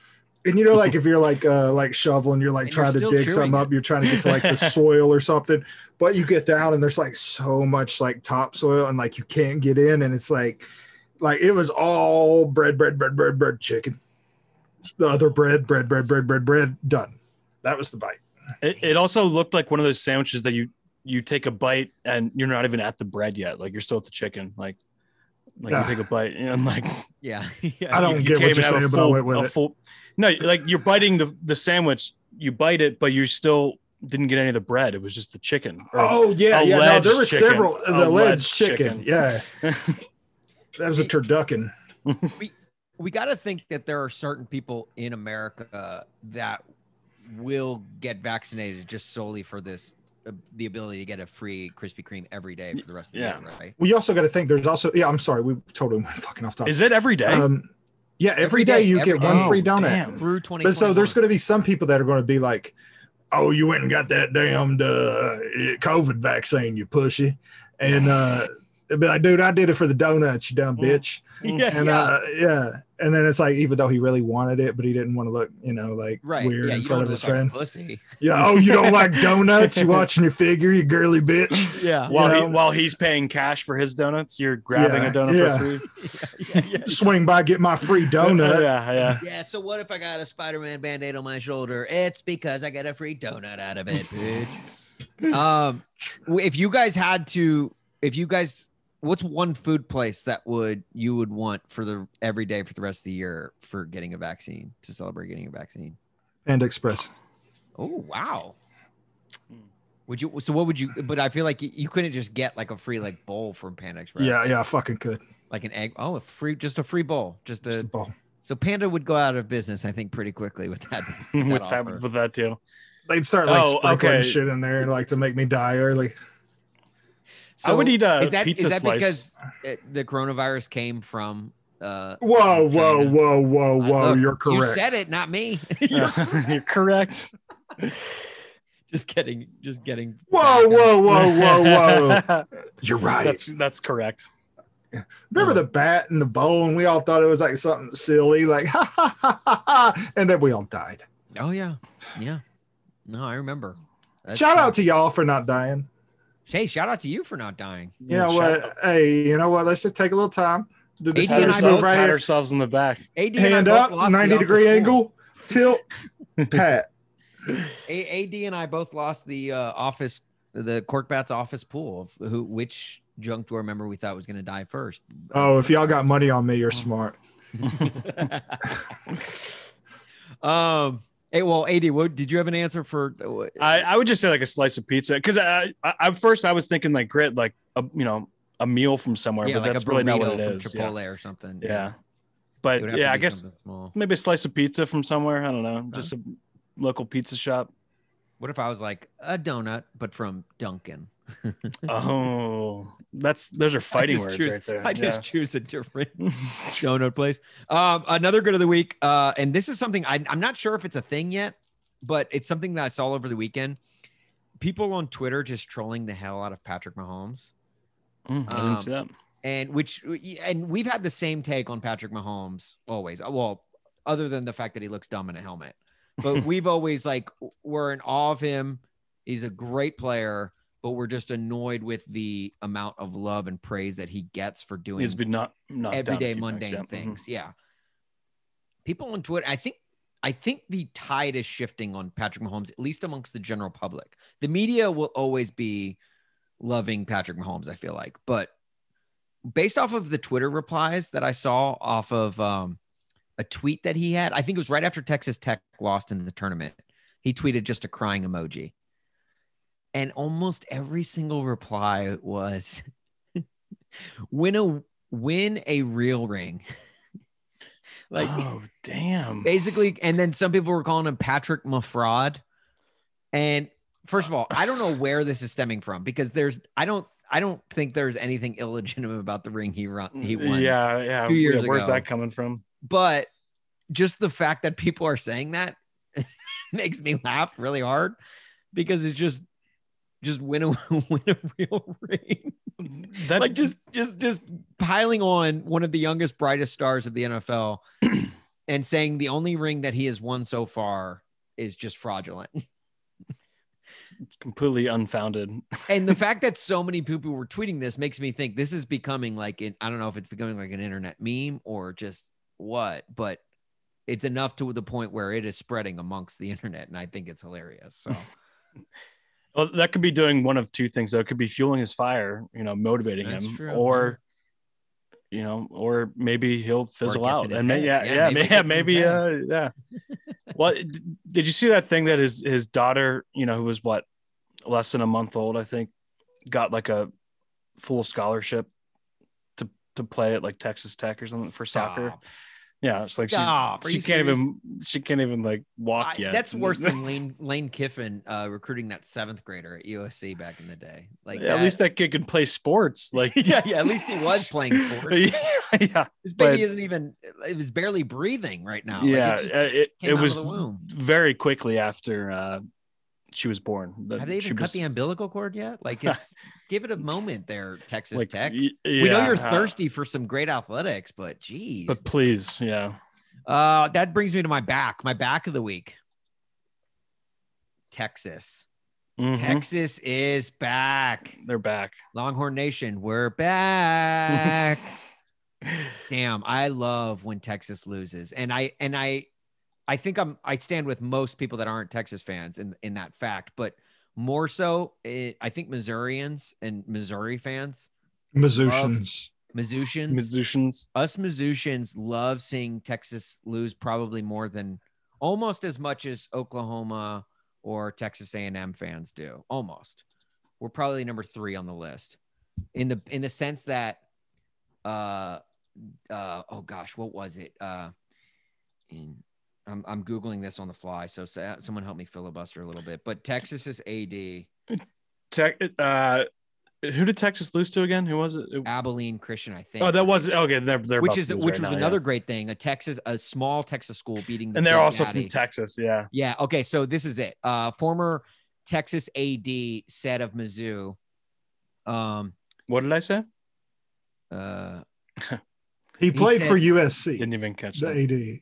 S3: And you know, like if you're like uh like shoveling, you're like
S1: And you're
S3: trying
S1: still
S3: to dig something
S1: chewing
S3: up, you're trying to get to like the soil or something, but you get down and there's like so much like topsoil and like you can't get in, and it's like like it was all bread, bread, bread, bread, bread, chicken. The other bread, bread, bread, bread, bread, bread, done. That was the bite.
S2: it? It also looked like one of those sandwiches that you you take a bite and you're not even at the bread yet. Like you're still at the chicken. Like like
S3: Yeah.
S2: you take a bite and like
S1: yeah, yeah,
S3: I don't get what
S2: can't even
S3: you're
S2: have a
S3: saying, but I went with
S2: a
S3: it.
S2: full- no, like you're biting the the sandwich. You bite it, but you still didn't get any of the bread. It was just the chicken. Or-
S3: Oh yeah,
S2: a
S3: yeah. No,
S2: ledge
S3: there were
S2: chicken.
S3: several
S2: A
S3: the ledge
S2: ledge
S3: chicken.
S2: chicken.
S3: Yeah. That was a turducken.
S1: we got to think that there are certain people in America that will get vaccinated just solely for this, uh, the ability to get a free Krispy Kreme every day for the rest of the
S2: Yeah.
S1: year, right?
S3: We also got to think there's also yeah. I'm sorry, we totally went fucking off topic.
S2: Is it every day?
S3: Um, yeah,
S1: Every
S3: every day,
S1: day,
S3: you
S1: every
S3: get one
S1: day.
S3: free donut.
S2: Damn.
S1: Through twenty.
S3: But so there's going to be some people that are going to be like, "Oh, you went and got that damned uh, COVID vaccine, you pushy," and uh, they'll be like, "Dude, I did it for the donuts, you dumb
S2: Mm.
S3: bitch."
S1: yeah,
S3: And
S1: yeah.
S3: uh, yeah, and then it's like, even though he really wanted it, but he didn't want to look, you know, like
S1: right.
S3: weird
S1: yeah,
S3: in
S1: you
S3: front
S1: don't
S3: of his
S1: look like a
S3: friend.
S1: Pussy.
S3: Yeah. Oh, you don't like donuts? You watching your figure, you girly bitch.
S1: Yeah.
S2: while
S3: you
S2: he,
S3: know?
S2: while he's paying cash for his donuts, you're grabbing
S3: Yeah,
S2: a donut
S3: yeah.
S2: for free.
S1: yeah, yeah.
S3: Swing by, get my free donut.
S2: yeah, yeah.
S1: Yeah, so what if I got a Spider-Man band-aid on my shoulder? It's because I got a free donut out of it, bitch. um w- if you guys had to if you guys what's one food place that would you would want for the every day for the rest of the year for getting a vaccine to celebrate getting a vaccine?
S3: And Express.
S1: Oh, wow. Would you so what would you but I feel like you- you couldn't just get like a free like bowl from Panda Express.
S3: Yeah, yeah, I fucking could.
S1: Like an egg. Oh, a free just a free bowl. Just
S3: Just a
S1: a
S3: ball.
S1: so Panda would go out of business, I think, pretty quickly with that.
S2: with that
S1: offer.
S2: with that deal.
S3: They'd start like
S2: Oh,
S3: sprinkling
S2: okay.
S3: shit in there, like to make me die early.
S1: So
S2: I would eat a
S1: is that
S2: Uh, pizza
S1: is that
S2: slice.
S1: because it, the coronavirus came from? Uh,
S3: Whoa, whoa,
S1: China?
S3: whoa, whoa,
S1: I-
S3: whoa!
S1: look,
S3: You're correct.
S1: You said it, not me.
S2: Yeah, you're correct.
S1: just kidding. Just getting.
S3: Whoa, whoa, whoa, whoa, whoa! You're right.
S2: That's that's correct.
S3: Remember the bat and the bowl, and we all thought it was like something silly, like ha ha ha ha, ha and then we all died.
S1: Oh yeah, yeah. No, I remember. That's-
S3: Shout out to y'all for not dying.
S1: Hey, shout out to you for not dying.
S3: You know what? Hey, you know what? Let's just take a little time. Do this
S1: AD
S2: Pat
S1: and I
S3: next
S1: both had
S2: ourselves,
S3: move right
S2: pat
S3: here.
S2: ourselves in the back.
S1: AD
S3: Hand
S1: and I both
S3: up,
S1: lost the
S3: 90
S1: office
S3: degree
S1: pool.
S3: angle, tilt, pat.
S1: A- AD and I both lost the uh, office, the Cork Bats office pool of who, which junk drawer member we thought was going to die first.
S3: Oh, if y'all got money on me,
S1: Oh.
S3: you're smart.
S1: um. Hey, well, AD, what did you have an answer for? uh,
S2: I, I would just say like a slice of pizza because I, I I- first I was thinking like grit like a you know a meal from somewhere,
S1: yeah,
S2: but
S1: like
S2: that's
S1: a
S2: really not what
S1: burrito
S2: it
S1: from
S2: is. Yeah.
S1: Chipotle or something. It
S2: yeah.
S1: would
S2: but
S1: have to
S2: yeah, I
S1: be
S2: guess
S1: something small.
S2: maybe a slice of pizza from somewhere. I don't know, just a local pizza shop.
S1: What if I was like a donut, but from Dunkin'?
S2: Oh, that's those are fighting
S1: just
S2: words
S1: choose-
S2: right there.
S1: I
S2: Yeah.
S1: just choose a different
S2: I
S1: donut place. Um, another good of the week, uh, and this is something I, I'm not sure if it's a thing yet, but it's something that I saw over the weekend. People on Twitter just trolling the hell out of Patrick Mahomes,
S2: Mm, didn't
S1: Um,
S2: see that.
S1: and which and we've had the same take on Patrick Mahomes always. uh, Well, other than the fact that he looks dumb in a helmet, but we've always like we're in awe of him. He's a great player, but we're just annoyed with the amount of love and praise that he gets for doing
S2: It's been not not
S1: Um, everyday mundane
S2: Mm-hmm.
S1: things. Yeah. People on Twitter, I think I think the tide is shifting on Patrick Mahomes, at least amongst the general public. The media will always be loving Patrick Mahomes, I feel like. But based off of the Twitter replies that I saw off of um, a tweet that he had, I think it was right after Texas Tech lost in the tournament. He tweeted just a crying emoji. And almost every single reply was win a win a real ring. like
S2: oh damn.
S1: basically, and then some people were calling him Patrick Mafraud. And first of all, I don't know where this is stemming from because there's I don't I don't think there's anything illegitimate about the ring he run he won.
S2: Yeah, yeah.
S1: two years
S2: yeah, Where's
S1: ago.
S2: that coming from?
S1: But just the fact that people are saying that makes me laugh really hard because it's just just win a win a real ring.
S2: That
S1: like just just just piling on one of the youngest brightest stars of the NFL and saying the only ring that he has won so far is just fraudulent.
S2: completely unfounded.
S1: And the fact that so many people were tweeting this makes me think this is becoming like an I don't know if it's becoming like an internet meme or just what, but it's enough to the point where it is spreading amongst the internet and I think it's hilarious. So
S2: Well, that could be doing one of two things. Though it could be fueling his fire, you know, motivating
S1: That's
S2: him,
S1: true,
S2: or you know, or maybe he'll fizzle
S1: gets
S2: out.
S1: in his
S2: And may, yeah,
S1: head.
S2: yeah,
S1: Yeah,
S2: may-
S1: maybe it gets in
S2: maybe,
S1: his
S2: uh, yeah. well, d- did you see that thing that his his daughter, you know, who was what less than a month old, I think, got like a full scholarship to to play at like Texas Tech or something for soccer.
S1: Stop.
S2: Yeah, it's like she's,
S1: Stop. Are
S2: she
S1: you
S2: can't
S1: serious?
S2: even she can't even like walk
S1: I-
S2: yet.
S1: That's worse than Lane Lane Kiffin uh, recruiting that seventh grader at USC back in the day. Like
S2: at least that kid can play sports. Like
S1: yeah, yeah. At least he was playing sports.
S2: yeah, yeah,
S1: This baby
S2: but-
S1: isn't even. It was barely breathing right now. Like, it
S2: yeah.
S1: just-
S2: uh, it
S1: came
S2: it
S1: out of
S2: was
S1: the womb.
S2: very quickly after uh, she was born. that
S1: have they
S2: she
S1: even cut
S2: was,
S1: the umbilical cord yet? Like it's give it a moment there, Texas
S2: like,
S1: Tech.
S2: y-
S1: we know
S2: yeah,
S1: you're
S2: uh,
S1: thirsty for some great athletics, but geez.
S2: but please, yeah.
S1: uh, that brings me to my back. My back of the week. Texas.
S2: Mhm.
S1: Texas is back.
S2: They're back.
S1: Longhorn Nation, we're back. Damn, I love when Texas loses. And I and I I think I'm I stand with most people that aren't Texas fans in in that fact, but more so it, I think Missourians and Missouri fans,
S3: Missousians.
S1: Missousians,
S2: Musicians.
S1: us Missousians love seeing Texas lose probably more than almost as much as Oklahoma or Texas A&M fans do. Almost. We're probably number 3 on the list. In the in the sense that uh uh oh gosh, what was it? Uh in I'm I'm googling this on the fly, so, so someone help me filibuster a little bit. But Texas's AD
S2: Tech. Uh, Who did Texas lose to again? Who was it? It-
S1: Abilene Christian, I think.
S2: Oh, that was okay. They're they're about
S1: which
S2: to
S1: is
S2: lose
S1: which
S2: right
S1: was
S2: now, yeah.
S1: another great thing. A Texas, a small Texas school beating the
S2: and they're
S1: Big
S2: also
S1: Daddy.
S2: from Texas. Yeah,
S1: Yeah. Okay. So this is it. Uh, former Texas AD said of Mizzou, um,
S2: what did I say?
S1: uh,
S3: He played
S1: said-
S3: for USC,
S2: Didn't even catch
S3: the
S2: that.
S3: AD,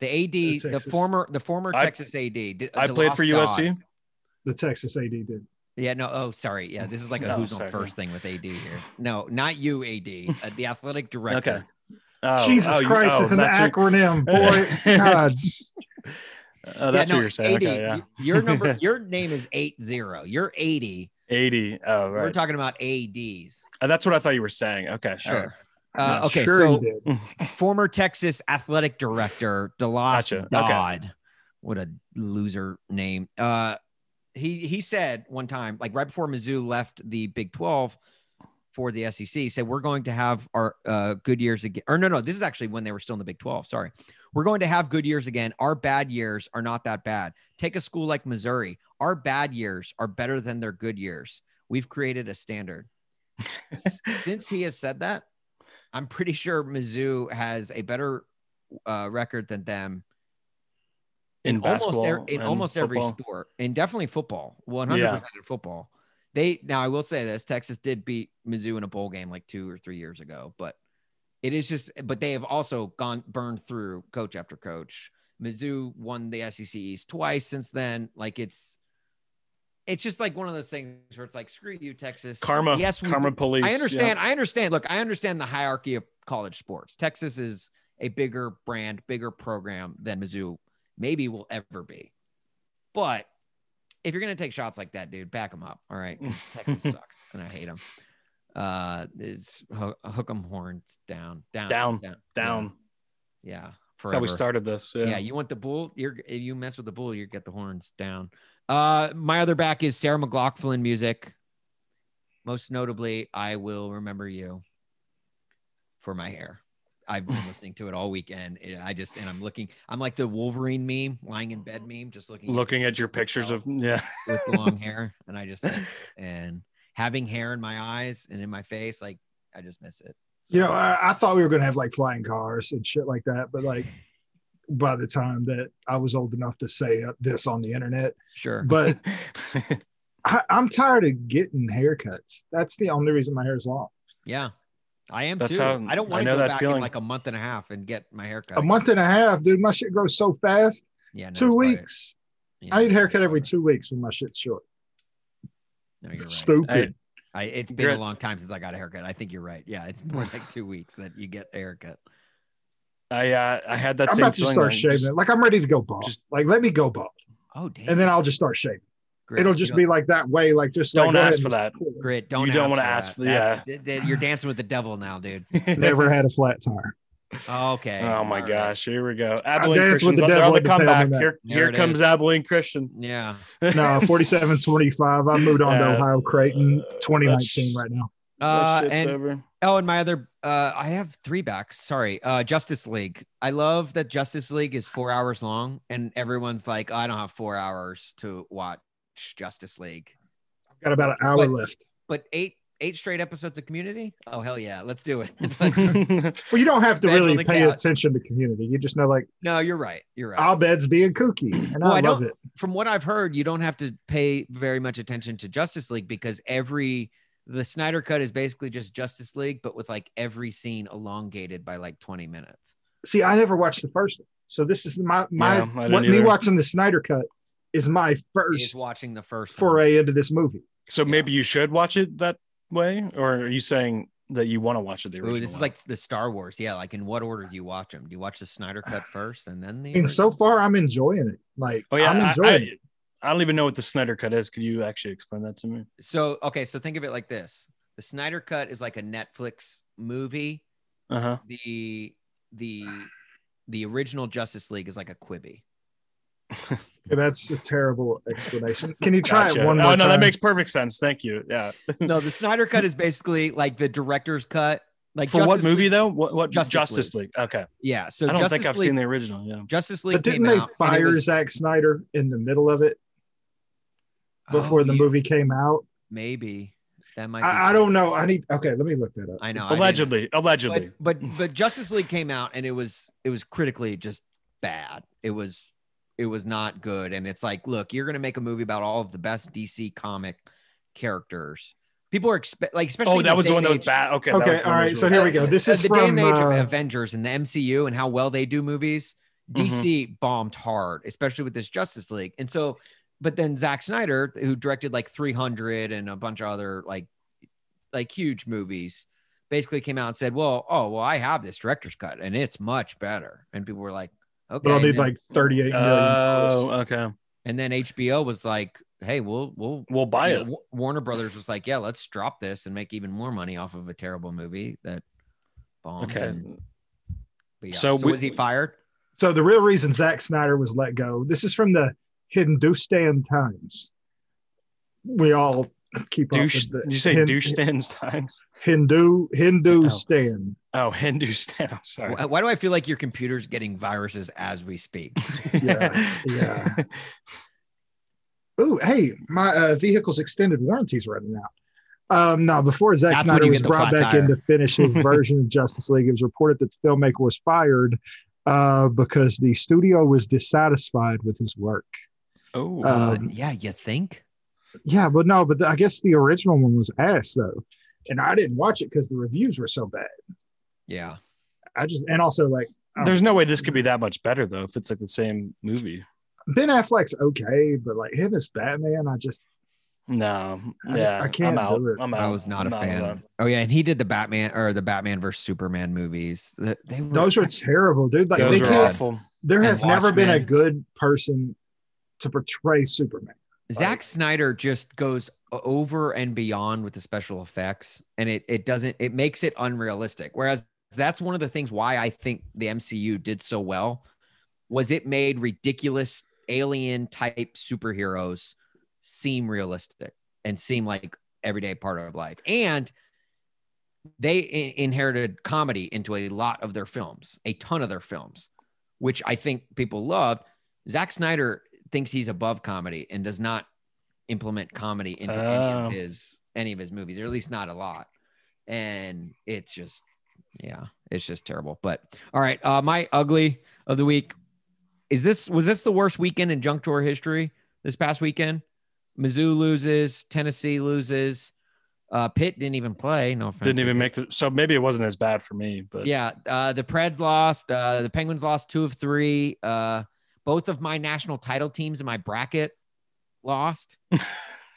S1: the AD, the
S3: Texas.
S1: former, the former
S2: I-
S1: Texas AD. D-
S2: I played for
S1: DeLoss Dodd.
S2: USC.
S3: the Texas AD did.
S1: Yeah. No. Oh, sorry. Yeah. This is like a
S2: No,
S1: who's
S2: sorry,
S1: on first thing with AD here. No, not you, AD. Uh, the athletic director.
S2: Okay. Oh,
S3: Jesus
S2: oh, you-
S3: Christ,
S2: oh,
S3: it's an
S2: that's who-
S3: acronym, boy. God,
S2: Oh, that's
S1: yeah,
S2: what
S1: no,
S2: you're saying.
S1: 80,
S2: Okay, yeah.
S1: y- Your number, your name is eight zero. You're eighty.
S2: 80. Oh, right.
S1: We're talking about ads.
S2: Uh, that's what I thought you were saying. Okay. all right.
S1: Sure. Uh,
S3: I'm
S1: okay,
S3: sure
S1: so
S3: he did.
S1: former Texas athletic director Delos
S2: Gotcha. Okay.
S1: Dodd. What a loser name. Uh, he he said one time, like right before Mizzou left the Big Twelve for the SEC, he said we're going to have our uh, good years again. Or no, no, this is actually when they were still in the Big Twelve. Sorry, we're going to have good years again. Our bad years are not that bad. Take a school like Missouri. Our bad years are better than their good years. We've created a standard. S- Since he has said that, I'm pretty sure Mizzou has a better uh, record than them
S2: In,
S1: almost
S2: basketball.
S1: er- in
S2: and
S1: almost
S2: football.
S1: every sport, and definitely football. 100% in football. They now I will say this: Texas did beat Mizzou in a bowl game like two or three years ago, but it is just. But they have also gone burned through coach after coach. Mizzou won the SEC East twice since then. Like it's, it's just like one of those things where it's like, screw you, Texas.
S2: Karma.
S1: Yes, we
S2: Karma police.
S1: I
S2: yeah.
S1: understand. I understand. Look, I understand the hierarchy of college sports. Texas is a bigger brand, bigger program than Mizzou maybe will ever be. But if you're going to take shots like that, dude, back them up. All right. 'Cause Texas sucks and I hate them. Uh, it's ho- hook 'em horns down, down,
S2: Down, Down.
S1: Yeah. yeah
S2: That's how we
S1: forever.
S2: started this. Yeah.
S1: Yeah, you want the bull. You're if you mess with the bull, you get the horns down. Uh, my other back is Sarah McLaughlin music. Most notably, I will remember you for my hair. I've been listening to it all weekend. It- I just and I'm looking. I'm like the Wolverine meme, lying in bed meme, just looking
S2: Looking at your pictures of yeah.
S1: with the long hair, and I just miss it. and having hair in my eyes and in my face, like I just miss it. So,
S3: You know, I, I thought we were gonna have like flying cars and shit like that, but like by the time that I was old enough to say this on the internet,
S1: sure.
S3: but I, I'm tired of getting haircuts. That's the only reason my hair's long.
S1: Yeah. I am
S2: That's
S1: too.
S2: how-
S1: I don't want
S2: I
S1: to
S2: know
S1: go
S2: that
S1: back in
S2: feeling.
S1: like a month and a half and get my haircut.
S3: A month and a half, dude. My shit grows so fast.
S1: yeah, no,
S3: two
S1: it's right.
S3: weeks.
S1: Yeah,
S3: I need a haircut every
S1: whatever.
S3: two weeks when my shit's short.
S1: No, you're right.
S3: Stupid.
S1: I, it's been
S2: You're-
S1: a long time since I got a haircut. I think you're right. Yeah, it's more like two weeks that you get a haircut.
S2: I uh, I had that
S3: I'm
S2: same
S3: about to
S2: feeling.
S3: start
S2: like,
S3: shaving.
S2: just-
S3: like I'm ready to go bald.
S2: just-
S3: like let me go bald,
S1: Oh, damn.
S3: and then I'll just start shaving.
S1: Grit,
S3: It'll
S1: you
S3: just
S1: don't-
S3: be like that way. Like just like,
S2: Don't
S3: go ahead
S2: ask
S3: and
S2: for
S3: just-
S1: grit. Don't
S2: you don't wanna ask
S1: ask
S2: for-
S1: for that. That's- th- th- you're dancing with the devil now, dude.
S3: Never had a flat tire.
S1: Okay.
S2: Oh
S1: all
S2: my
S1: right.
S2: gosh, here we go. Abilene
S3: danced with
S2: Christian's
S3: the
S2: on- they're on
S3: devil
S2: the
S3: at the family
S2: comeback.
S3: night.
S2: Here,
S1: There
S2: here
S1: it
S2: comes
S1: is.
S2: Abilene Christian.
S1: Yeah.
S3: No, 47, 25. I moved on
S2: Yeah.
S3: to Ohio Creighton,
S2: Uh,
S3: 2019
S2: that's-
S3: right now.
S1: Uh,
S2: That shit's
S1: and
S2: over.
S1: Oh, and my other, uh, I have three backs. Sorry, uh, Justice League. I love that Justice League is four hours long, and everyone's like, "Oh, "I don't have four hours to watch Justice League."
S3: I've got about an hour
S1: But-
S3: left.
S1: But eight, eight straight episodes of Community. Oh hell yeah, let's do it. Let's just-
S3: Well, you don't have to
S1: Bed on
S3: really
S1: the
S3: pay
S1: couch.
S3: attention to community. You just know, like,
S1: no, you're right. You're right.
S3: our bed's being kooky, and
S1: Well,
S3: I,
S1: I
S3: love
S1: don't-
S3: it.
S1: From what I've heard, you don't have to pay very much attention to Justice League because every the Snyder Cut is basically just Justice League, but with like every scene elongated by like 20 minutes.
S3: See, I never watched the first one, so this is my my
S2: Yeah, I didn't
S3: what, me
S2: either.
S3: watching the Snyder cut is my
S1: Is
S3: first
S1: watching the first one.
S3: foray into this movie.
S2: so maybe you should watch it that way, or are you saying that you want to watch it the original?
S1: Ooh, this is
S2: one?
S1: like the Star Wars. Yeah, like in what order do you watch them? Do you watch the Snyder Cut first and then the?
S3: I mean, so
S1: original?
S3: far I'm enjoying it. Like,
S2: oh yeah,
S3: I'm
S2: I-
S3: enjoying
S2: I,
S3: it.
S2: I don't even know what the Snyder Cut is. Could you actually explain that to me?
S1: So okay, so think of it like this: the Snyder Cut is like a Netflix movie.
S2: Uh huh.
S1: The the the original Justice League is like a Quibi.
S3: That's a terrible explanation. Can you try it one
S2: oh
S3: more
S2: no,
S3: time?
S2: that makes perfect sense. Thank you. Yeah.
S1: No, the Snyder Cut is basically like the director's cut. Like
S2: For what
S1: Justice
S2: movie
S1: League-
S2: though? What, what
S1: Justice
S2: Justice, League? Okay.
S1: Yeah, so
S2: I don't
S1: Justice
S2: think I've
S1: League,
S2: seen the original. Yeah.
S1: Justice League.
S3: But didn't
S1: came
S3: they
S1: out and it
S3: fire
S1: was-
S3: Zack Snyder in the middle of it before
S1: Oh,
S3: the
S1: you-
S3: movie came out?
S1: Maybe That might. be-
S3: I, I don't know. I need. Okay, let me look that up.
S1: I know. I didn't-
S2: allegedly, allegedly.
S1: But, but but Justice League came out and it was it was critically just bad. It was it was not good. And it's like, look, you're gonna make a movie about all of the best DC comic characters. People are expect like especially.
S2: oh,
S1: in
S2: that
S1: this
S2: was the
S1: day
S2: one that
S1: and
S2: was
S1: age-
S2: bad. Okay.
S3: Okay,
S2: That was the one
S3: all
S2: that
S3: right,
S2: was
S3: so
S2: really
S3: here we
S2: bad.
S3: go.
S1: uh,
S3: This
S1: uh,
S3: is
S1: the day and
S3: from,
S1: age of
S3: uh,
S1: Avengers and the MCU and how well they do movies.
S3: Mm-hmm.
S1: DC bombed hard, especially with this Justice League. And so, but then Zack Snyder, who directed like 300 and a bunch of other like like huge movies, basically came out and said, "Well, oh well, I have this director's cut and it's much better." And people were like, "Okay."
S3: But I'll
S1: And
S3: need
S1: then-
S3: like 38 million. dollars.
S2: Oh, okay.
S1: and then HBO was like, "Hey, we'll we'll."
S2: We'll buy
S1: you know,
S2: it.
S1: Wa- Warner Brothers was like, "Yeah, let's drop this and make even more money off of a terrible movie that bombed."
S2: Okay.
S1: and- but yeah. So,
S2: So we-
S1: was he fired?
S3: So the real reason Zack Snyder was let go. This is from the Hindustan Times. We all keep
S2: Douche.
S3: up with the
S2: Did you say
S3: Hin-
S2: douche stands times?
S3: Hindu Hindustan.
S2: Oh, Hindu stand. I'm sorry.
S1: Why, why do I feel like your computer's getting viruses as we speak?
S3: Yeah, yeah. Ooh, hey, my uh, vehicle's extended warranty's running out. Um, no, before Zack
S1: That's when
S3: Snyder
S1: you
S3: was
S1: get the
S3: brought
S1: flat
S3: back in
S1: tire.
S3: to finish his version of Justice League, it was reported that the filmmaker was fired uh, because the studio was dissatisfied with his work.
S2: Oh.
S3: Uh,
S1: God, yeah, you think?
S3: Yeah, but no, but the, I guess the original one was ass though, and I didn't watch it because the reviews were so bad.
S1: Yeah.
S3: I just and also like I don't
S2: There's no way this could be that much better though if it's like the same movie.
S3: Ben Affleck's okay, but like him as Batman, I just
S2: No.
S3: I
S2: Yeah.
S3: just- I can't
S2: am out.
S3: do it.
S2: I'm out.
S1: I was not a
S2: I'm out of
S1: fan. Oh yeah, and he did the Batman or the Batman versus Superman movies. Th- They were,
S3: those are terrible, dude.
S2: that.
S3: Like
S1: Those
S3: they
S2: Those
S1: were
S2: are
S3: can't.
S2: awful.
S3: There
S1: And
S3: has never been a
S1: Watchmen.
S3: good person to portray Superman.
S1: Zack Snyder just goes o- over and beyond with the special effects, and it it doesn't it makes it unrealistic. Whereas that's one of the things why I think the MCU did so well was it made ridiculous alien type superheroes seem realistic and seem like everyday part of life, and they in- inherited comedy into a lot of their films, a ton of their films, which I think people loved. Zack Snyder thinks he's above comedy and does not implement comedy into any
S2: Oh.
S1: of his any of his movies, or at least not a lot. And it's just, yeah, it's just terrible. But all right, uh, my ugly of the week is this. Was this the worst weekend in junk drawer history? This past weekend, Mizzou loses, Tennessee loses, uh, Pitt didn't even play. No, offense.
S2: Didn't even make the so maybe it wasn't as bad for me, but
S1: Yeah, uh, the Preds lost. Uh, the Penguins lost two of three. Uh, both of my national title teams in my bracket lost.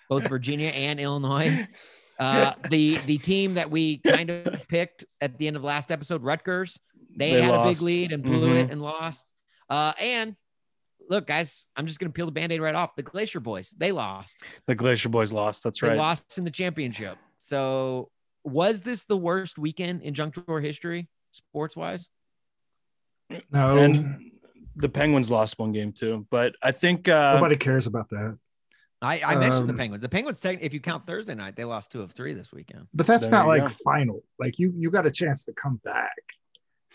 S1: both Virginia and Illinois. Uh, the the team that we kind of picked at the end of last episode, Rutgers, they,
S2: They
S1: had a big
S2: lost.
S1: lead and blew
S2: Mhm.
S1: it and lost. Uh, and look, guys, I'm just gonna peel the band-aid right off. The Glacier Boys, they lost.
S2: the Glacier Boys lost. That's
S1: They
S2: right.
S1: lost in the championship. So was this the worst weekend in junk drawer history, sports wise?
S3: No,
S2: And the Penguins lost one game too. But I think uh
S3: nobody cares about that.
S1: I, I mentioned the
S3: Um,
S1: Penguins. The Penguins, tec- if you count Thursday night, they lost two of three this weekend.
S3: But that's
S2: There
S3: not
S2: you
S3: like
S2: go.
S3: final. Like you, you got a chance to come back.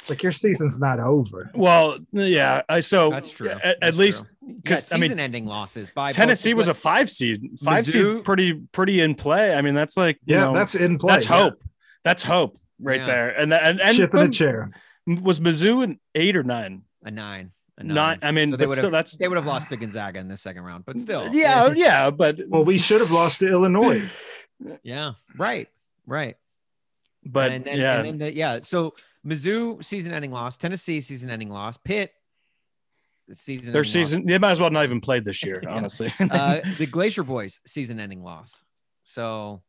S3: Like your season's not over.
S2: well, Oh, yeah, I so
S1: That's true.
S2: At, at
S1: That's
S2: least
S1: Yeah,
S2: because I mean
S1: season-ending losses by both
S2: Tennessee
S1: the
S2: was
S1: Gla-
S2: a five seed. Five
S1: Mizzou-
S2: seed's pretty pretty in play. I mean, that's like you
S3: Yeah,
S2: know,
S3: that's in play.
S2: that's hope. That's hope right
S1: Yeah.
S2: there. And that and, um, and
S3: Chip in a
S2: when-
S3: chair.
S2: was Mizzou an eight or nine?
S1: a nine. A nine.
S2: Nine. I mean,
S1: So they
S2: but
S1: would've-
S2: still, that's
S1: They would have lost to Gonzaga in the second round, but still.
S2: yeah, yeah. But
S3: Well, we should have lost to Illinois.
S1: Yeah. Right. Right.
S2: But
S1: and then,
S2: yeah,
S1: and then the, yeah. So Mizzou season-ending loss, Tennessee season-ending loss, Pitt season.
S2: their season they might as well not even played this year.
S1: Yeah.
S2: Honestly,
S1: uh, the Glacier Boys season-ending loss. So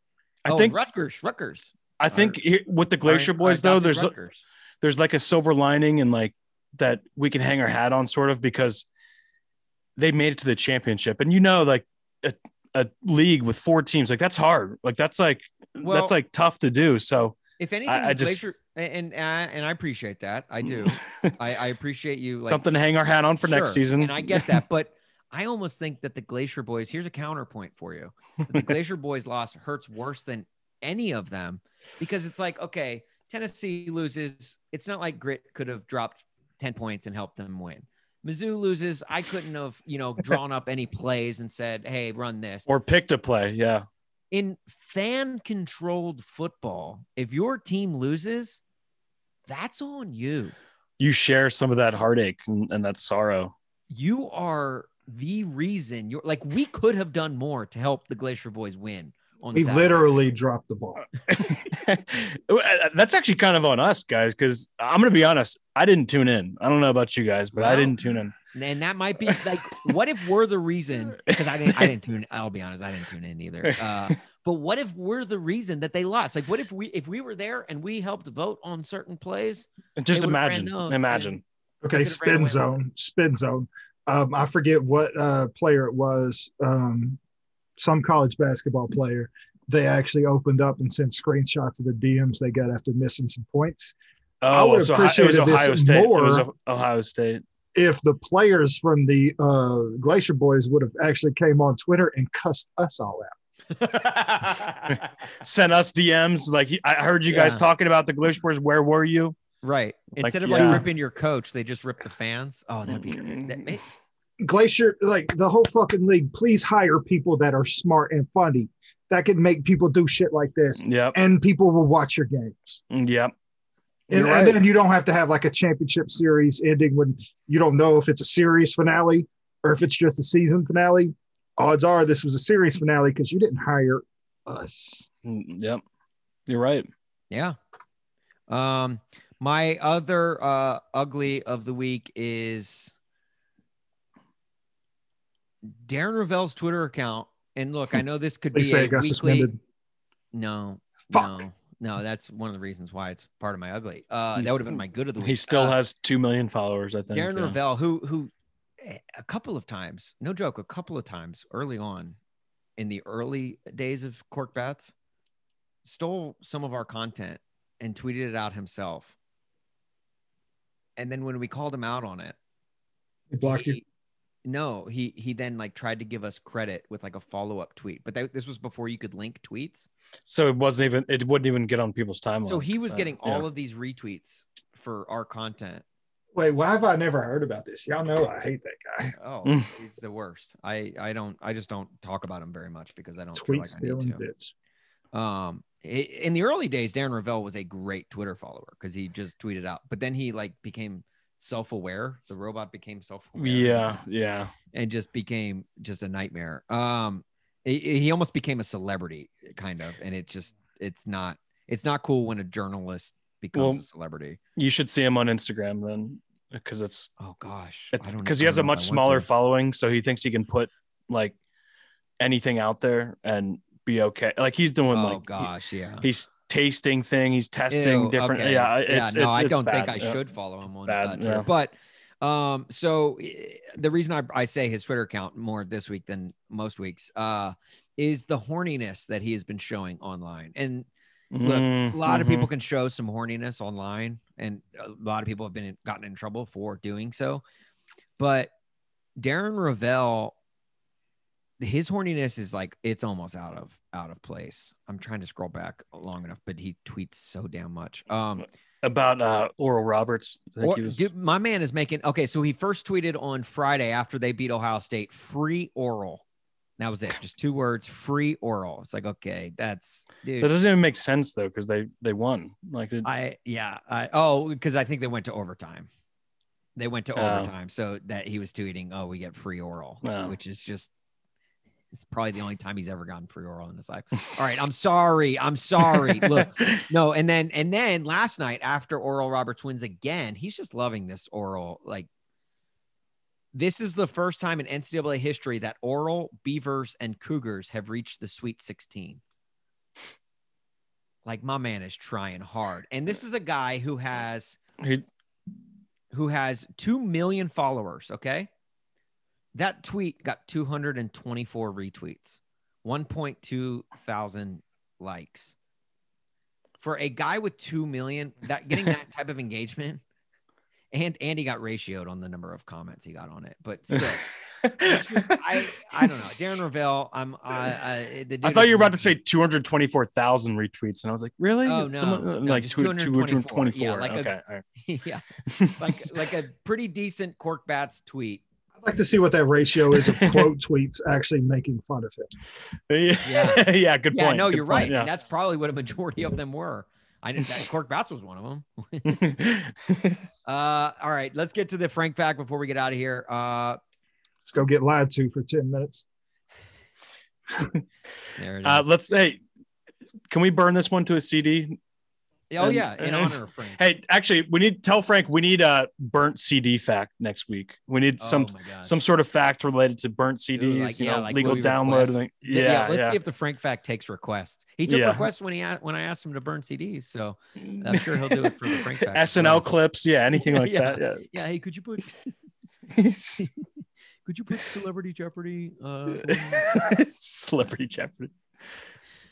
S2: I
S1: oh, and
S2: think
S1: Rutgers, Rutgers.
S2: I think here- with the Glacier
S1: Our- our
S2: Boys though,
S1: adopted
S2: there's
S1: Rutgers.
S2: there's like a silver lining and like that we can hang our hat on sort of because they made it to the championship and you know like a, a league with four teams like that's hard like that's like
S1: Well-
S2: that's like tough to do so
S1: If anything,
S2: I
S1: the
S2: just-
S1: Glacier, and, and and I appreciate that. I do. I, I appreciate you like
S2: something to hang our hat on for next
S1: sure,
S2: season
S1: And I get that, but I almost think that the Glacier Boys, here's a counterpoint for you. That the Glacier Boys loss hurts worse than any of them because it's like, okay, Tennessee loses. It's not like Grit could have dropped 10 points and helped them win. Mizzou loses. I couldn't have, you know, drawn up any plays and said, hey, run this.
S2: or pick to play yeah
S1: in fan controlled football, if your team loses, that's on you.
S2: You share some of that heartache and, and that sorrow.
S1: You are the reason you're like, we could have done more to help the Glacier Boys win. On
S3: He
S1: Saturday.
S3: literally dropped the ball.
S2: Uh, That's actually kind of on us, guys, because I'm going to be honest. I didn't tune in. I don't know about you guys, but I
S1: Well,
S2: didn't tune in.
S1: and that might be like, what if we're the reason? Because I didn't, I didn't tune. I'll be honest, I didn't tune in either. Uh, but what if we're the reason that they lost? Like, what if we, if we were there and we helped vote on certain plays?
S2: Just
S1: They would've ran
S2: imagine,
S1: those,
S2: imagine.
S1: They could've
S3: Okay,
S1: ran away
S3: spin
S1: with it.
S3: zone, spin zone. Um, I forget what uh, player it was. Um, some college basketball player. They actually opened up and sent screenshots of the DMs they got after missing some points. I
S2: Oh, it was
S3: would've
S2: Ohio- it was
S3: appreciated this
S2: Ohio State. It was
S3: more.
S2: Ohio State.
S3: If the players from the uh, Glacier Boys would have actually came on Twitter and cussed us all out,
S2: Sent us DMs like I heard you guys
S1: Yeah.
S2: talking about the Glacier Boys. Where were you?
S1: Right.
S2: Like,
S1: Instead of
S2: yeah.
S1: like ripping your coach, they just rip the fans. Oh, that'd be that may,
S3: Glacier, like the whole fucking league, please hire people that are smart and funny that can make people do shit like this,
S2: Yep,
S3: and people will watch your games.
S2: yep.
S3: And,
S2: You're
S3: and
S2: right.
S3: then you don't have to have like a championship series ending when you don't know if it's a series finale or if it's just a season finale. Odds are this was a series finale because you didn't hire us.
S2: Mm, Yep, you're right.
S1: yeah. Um, my other uh ugly of the week is Darren Ravel's Twitter account. And look, I know this could
S3: Hmm. They
S1: be
S3: say
S1: a
S3: it got
S1: weekly.
S3: suspended.
S1: No,
S3: Fuck.
S1: no, no. That's one of the reasons why it's part of my ugly. Uh, that
S2: He's-
S1: would have been my good of the week.
S2: He still
S1: Uh,
S2: has two million followers. I think.
S1: Darren
S2: yeah.
S1: Ravel, who who eh, a couple of times, no joke, a couple of times early on in the early days of Cork Bats, stole some of our content and tweeted it out himself. And then when we called him out on it,
S3: They blocked you.
S1: he- No, he he then like tried to give us credit with like a follow up tweet, but that, this was before you could link tweets.
S2: So it wasn't even. It wouldn't even get on people's timelines.
S1: So he was
S2: Uh,
S1: getting
S2: yeah.
S1: all of these retweets for our content.
S3: Wait, why have I never heard about this? Y'all know I hate that guy.
S1: Oh,
S2: Mm.
S1: he's the worst. I I don't I just don't talk about him very much because I don't feel
S3: Tweet
S1: like I
S3: stealing
S1: need to.
S3: bitch.
S1: Um, i- in the early days, Darren Ravel was a great Twitter follower because he just tweeted out, but then he like became self-aware. The robot became self-aware.
S2: Yeah, yeah.
S1: and just became just a nightmare. Um, i- i- he almost became a celebrity, kind of, and it just it's not it's not cool when a journalist becomes
S2: Well,
S1: a celebrity.
S2: You should see him on Instagram then, because it's
S1: Oh gosh, I don't- e,
S2: because he
S1: I
S2: has a
S1: don't know if
S2: much
S1: I want
S2: smaller
S1: to.
S2: following, so he thinks he can put like anything out there and be okay. Like he's doing
S1: Oh
S2: like he-
S1: gosh, yeah.
S2: he's tasting thing, he's testing
S1: Ew,
S2: different.
S1: okay.
S2: Yeah, it's,
S1: no,
S2: it's,
S1: I
S2: it's
S1: don't
S2: bad.
S1: think I
S2: Yeah.
S1: should follow him on
S2: bad,
S1: uh, Twitter.
S2: yeah.
S1: But um, so eh, the reason I, I say his Twitter account more this week than most weeks uh, is the horniness that he has been showing online. And Look,
S2: Mm,
S1: a lot of
S2: mhm.
S1: people can show some horniness online, and a lot of people have been in- gotten in trouble for doing so. But Darren Ravel, his horniness is like it's almost out of out of place. I'm trying to scroll back long enough, but he tweets so damn much. Um,
S2: about uh Oral Roberts. I think
S1: or,
S2: he was-
S1: dude, my man is making okay. So he first tweeted on Friday after they beat Ohio State, free oral. And That was it. Just two words, free oral. It's like okay, that's dude.
S2: that doesn't even make sense though, because they they won. Like it,
S1: I yeah. I oh, because I think they went to overtime. They went to
S2: Oh.
S1: overtime, so that he was tweeting, "Oh, we get free oral,"
S2: Oh.
S1: which is just. It's probably the only time he's ever gotten free oral in his life. All right, I'm sorry. I'm sorry. Look, no, and then and then last night after Oral Roberts wins again, he's just loving this Oral. Like, this is the first time in NCAA history that Oral Beavers and Cougars have reached the Sweet 16. Like my man is trying hard, and this is a guy who has
S2: He-
S1: who has two million followers. Okay, that tweet got 224 retweets, 1.2 thousand likes for a guy with two million, that getting that type of engagement, and Andy got ratioed on the number of comments he got on it. But still, it's just- I I don't know. Darren Ravel, I'm I, I, the
S2: I
S1: dude
S2: thought
S1: is
S2: you were about to say
S1: amazing.
S2: 224,000 retweets, and I was like, really?
S1: Oh,
S2: It's
S1: no.
S2: someone-
S1: No,
S2: like
S1: just
S2: two-
S1: 224.
S2: 224.
S1: Yeah, like a-
S2: okay. all right.
S1: yeah, like like a pretty decent cork bats tweet
S3: I'd like to see what that ratio is of quote tweets actually making fun of him.
S2: Yeah, yeah, good
S1: yeah,
S2: point.
S1: no,
S2: good
S1: you're
S2: point,
S1: right. And that's probably what a majority of them were. I know that Cork Bouts was one of them.
S2: Yeah.
S1: Uh, all right, let's get to the Frank fact before we get out of here. Uh,
S3: Let's go get lied to for 10 minutes.
S1: there it is.
S2: uh, let's hey, can we burn this one to a CD?
S1: oh yeah,
S2: and-
S1: in honor of Frank.
S2: Hey, actually, we need tell Frank we need a burnt CD fact next week. We need
S1: oh,
S2: some
S1: my God.
S2: some sort of fact related to burnt CDs,
S1: like-
S2: you
S1: yeah,
S2: know,
S1: like
S2: legal
S1: movie
S2: download.
S1: requests.
S2: and-
S1: Yeah,
S2: Yeah,
S1: let's
S2: yeah.
S1: see if the Frank fact takes requests. He took
S2: Yeah.
S1: requests when he a- when I asked him to burn CDs, so I'm sure he'll do it for the Frank Factor.
S2: SNL clips, yeah, anything like
S1: Yeah.
S2: that.
S1: yeah, hey, could you put
S2: Yeah.
S1: could you put Celebrity Jeopardy? Uh,
S2: Celebrity Jeopardy.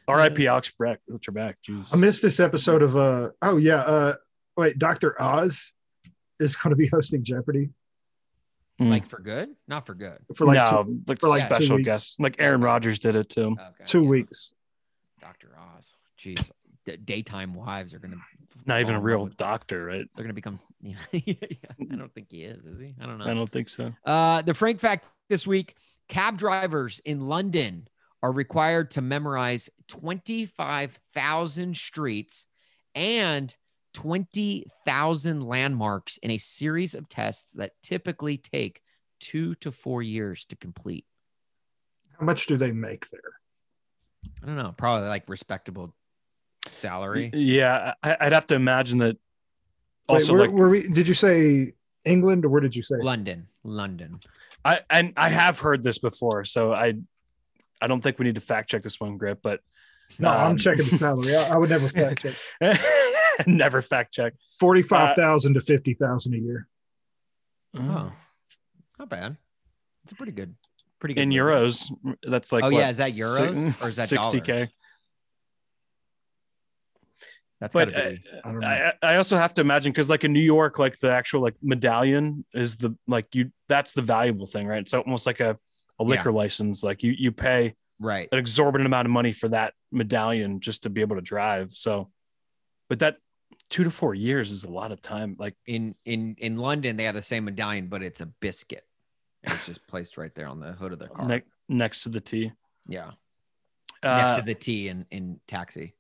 S2: R.I.P. Ox Breck. What's your back? Jeez.
S3: I missed this episode of uh oh yeah, uh wait, Dr. Oz is gonna be hosting Jeopardy
S1: like for good? Not for good.
S3: for like
S2: no,
S3: two,
S2: like
S3: for like two
S2: special
S3: weeks.
S2: guests. Like Aaron Rodgers did it too.
S1: Okay,
S3: two
S1: yeah.
S3: weeks.
S1: Doctor Oz. Jeez, D- daytime wives are gonna
S2: Not even a
S1: fall in love
S2: real
S1: with-
S2: doctor, right?
S1: They're gonna become. Yeah, yeah, I don't think he is. Is he? I don't know.
S2: I don't think so.
S1: Uh, the Frank fact this week cab drivers in London are required to memorize 25,000 streets and 20,000 landmarks in a series of tests that typically take two to four years to complete.
S3: How much do they make there?
S1: I don't know, probably like respectable salary.
S2: Yeah, I, I'd have to imagine that.
S3: Wait,
S2: Also,
S3: where,
S2: like
S3: were we did you say England or where did you say?
S1: London, London.
S2: I and I have heard this before, so I, I don't think we need to fact check this one, Grip. But
S3: no, I'm
S2: um,
S3: checking the salary. I, I would never fact check.
S2: never fact check.
S3: Forty five thousand to fifty thousand a year.
S1: Oh, not bad. It's a pretty good, pretty good.
S2: in
S1: living.
S2: euros, that's like
S1: oh
S2: what,
S1: yeah, is that euros or is that
S2: 60K?
S1: dollars? That's
S2: but
S1: gotta be.
S2: uh,
S3: I don't know.
S2: I, I also have to imagine because like in New York, like the actual like medallion is the like you that's the valuable thing, right? It's almost like a, a liquor license. Like you you pay
S1: Right.
S2: an exorbitant amount of money for that medallion just to be able to drive. So, but that two to four years is a lot of time. Like
S1: In in in London, they have the same medallion, but it's a biscuit. And it's just placed right there on the hood of their car.
S2: ne- next to the T.
S1: yeah. Next
S2: Uh,
S1: to the T in in taxi.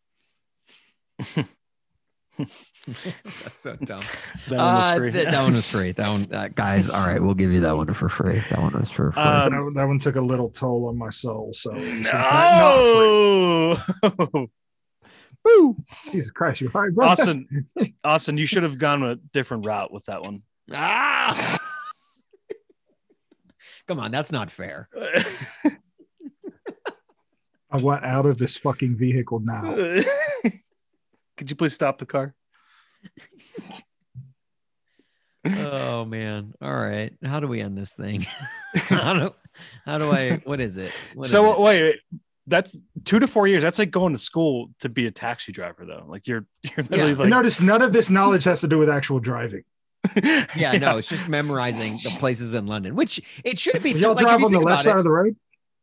S1: That's so dumb.
S2: that one
S1: Uh,
S2: was free.
S1: th- that one was free. That one, uh, guys. All right, we'll give you that one for free. That one was for free.
S2: Um,
S3: that, that one took a little toll on my soul. So not
S2: no.
S1: Woo!
S3: free. Jesus Christ, you all right, bro?
S2: Austin, Austin, you should have gone a different route with that one.
S1: Ah! Come on, that's not fair.
S3: I want out of this fucking vehicle now.
S2: Could you please stop the car?
S1: Oh man. All right. How do we end this thing? how do how do I what is it? What is
S2: so
S1: it?
S2: wait, wait, that's two to four years. That's like going to school to be a taxi driver, though. Like you're, you're literally
S1: Yeah.
S2: like,
S3: Notice none of this knowledge has to do with actual driving.
S1: yeah, no, it's just memorizing the places in London, which it shouldn't be.
S3: If y'all
S1: like, if
S3: drive
S1: you
S3: on the
S1: think
S3: left side
S1: about
S3: of the road.
S1: it-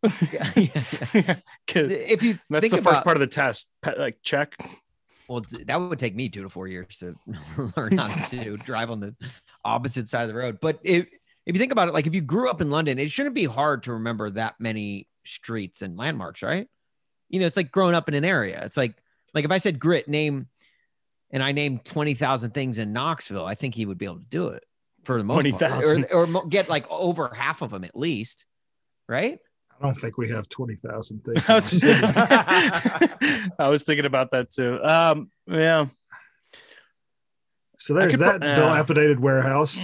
S1: Yeah, yeah, yeah.
S2: 'Kay,
S1: If you
S2: That's
S1: think
S2: the first
S1: about,
S2: part of the test. Pe- Like check.
S1: well, th- that would take me two to four years to learn how to drive on the opposite side of the road. But if if you think about it, like if you grew up in London, it shouldn't be hard to remember that many streets and landmarks, right? You know, it's like growing up in an area. It's like like if I said grit name, and I named twenty thousand things in Knoxville, I think he would be able to do it for the most part,
S2: 20,000.
S1: or, or mo- get like over half of them at least, right?
S3: I don't think we have twenty thousand things. in
S2: I
S3: our
S2: was,
S3: city.
S2: I was thinking about that too. Um, yeah.
S3: so there's
S2: could
S3: that
S2: pro- uh,
S3: dilapidated warehouse.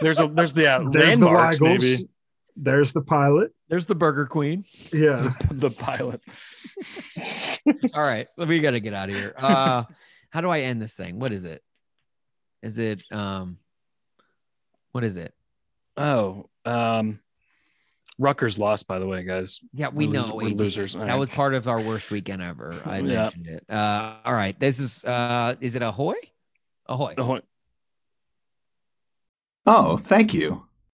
S2: there's a there's the uh,
S3: There's the
S2: landmarks,
S3: Weigels.
S2: maybe
S3: There's the pilot.
S1: There's the Burger Queen.
S3: Yeah.
S2: the pilot.
S1: All right, we got to get out of here. Uh, how do I end this thing? What is it? Is it um, what is it?
S2: Oh, um, Rutgers lost, by the way, guys.
S1: Yeah, we
S2: We're
S1: know
S2: losers- we're
S1: AD.
S2: losers. All
S1: That
S2: right.
S1: was part of our worst weekend ever. I
S2: Yeah.
S1: mentioned it. Uh, all right, this is uh, is it Ahoy? Ahoy.
S2: Oh,
S4: Oh, thank you.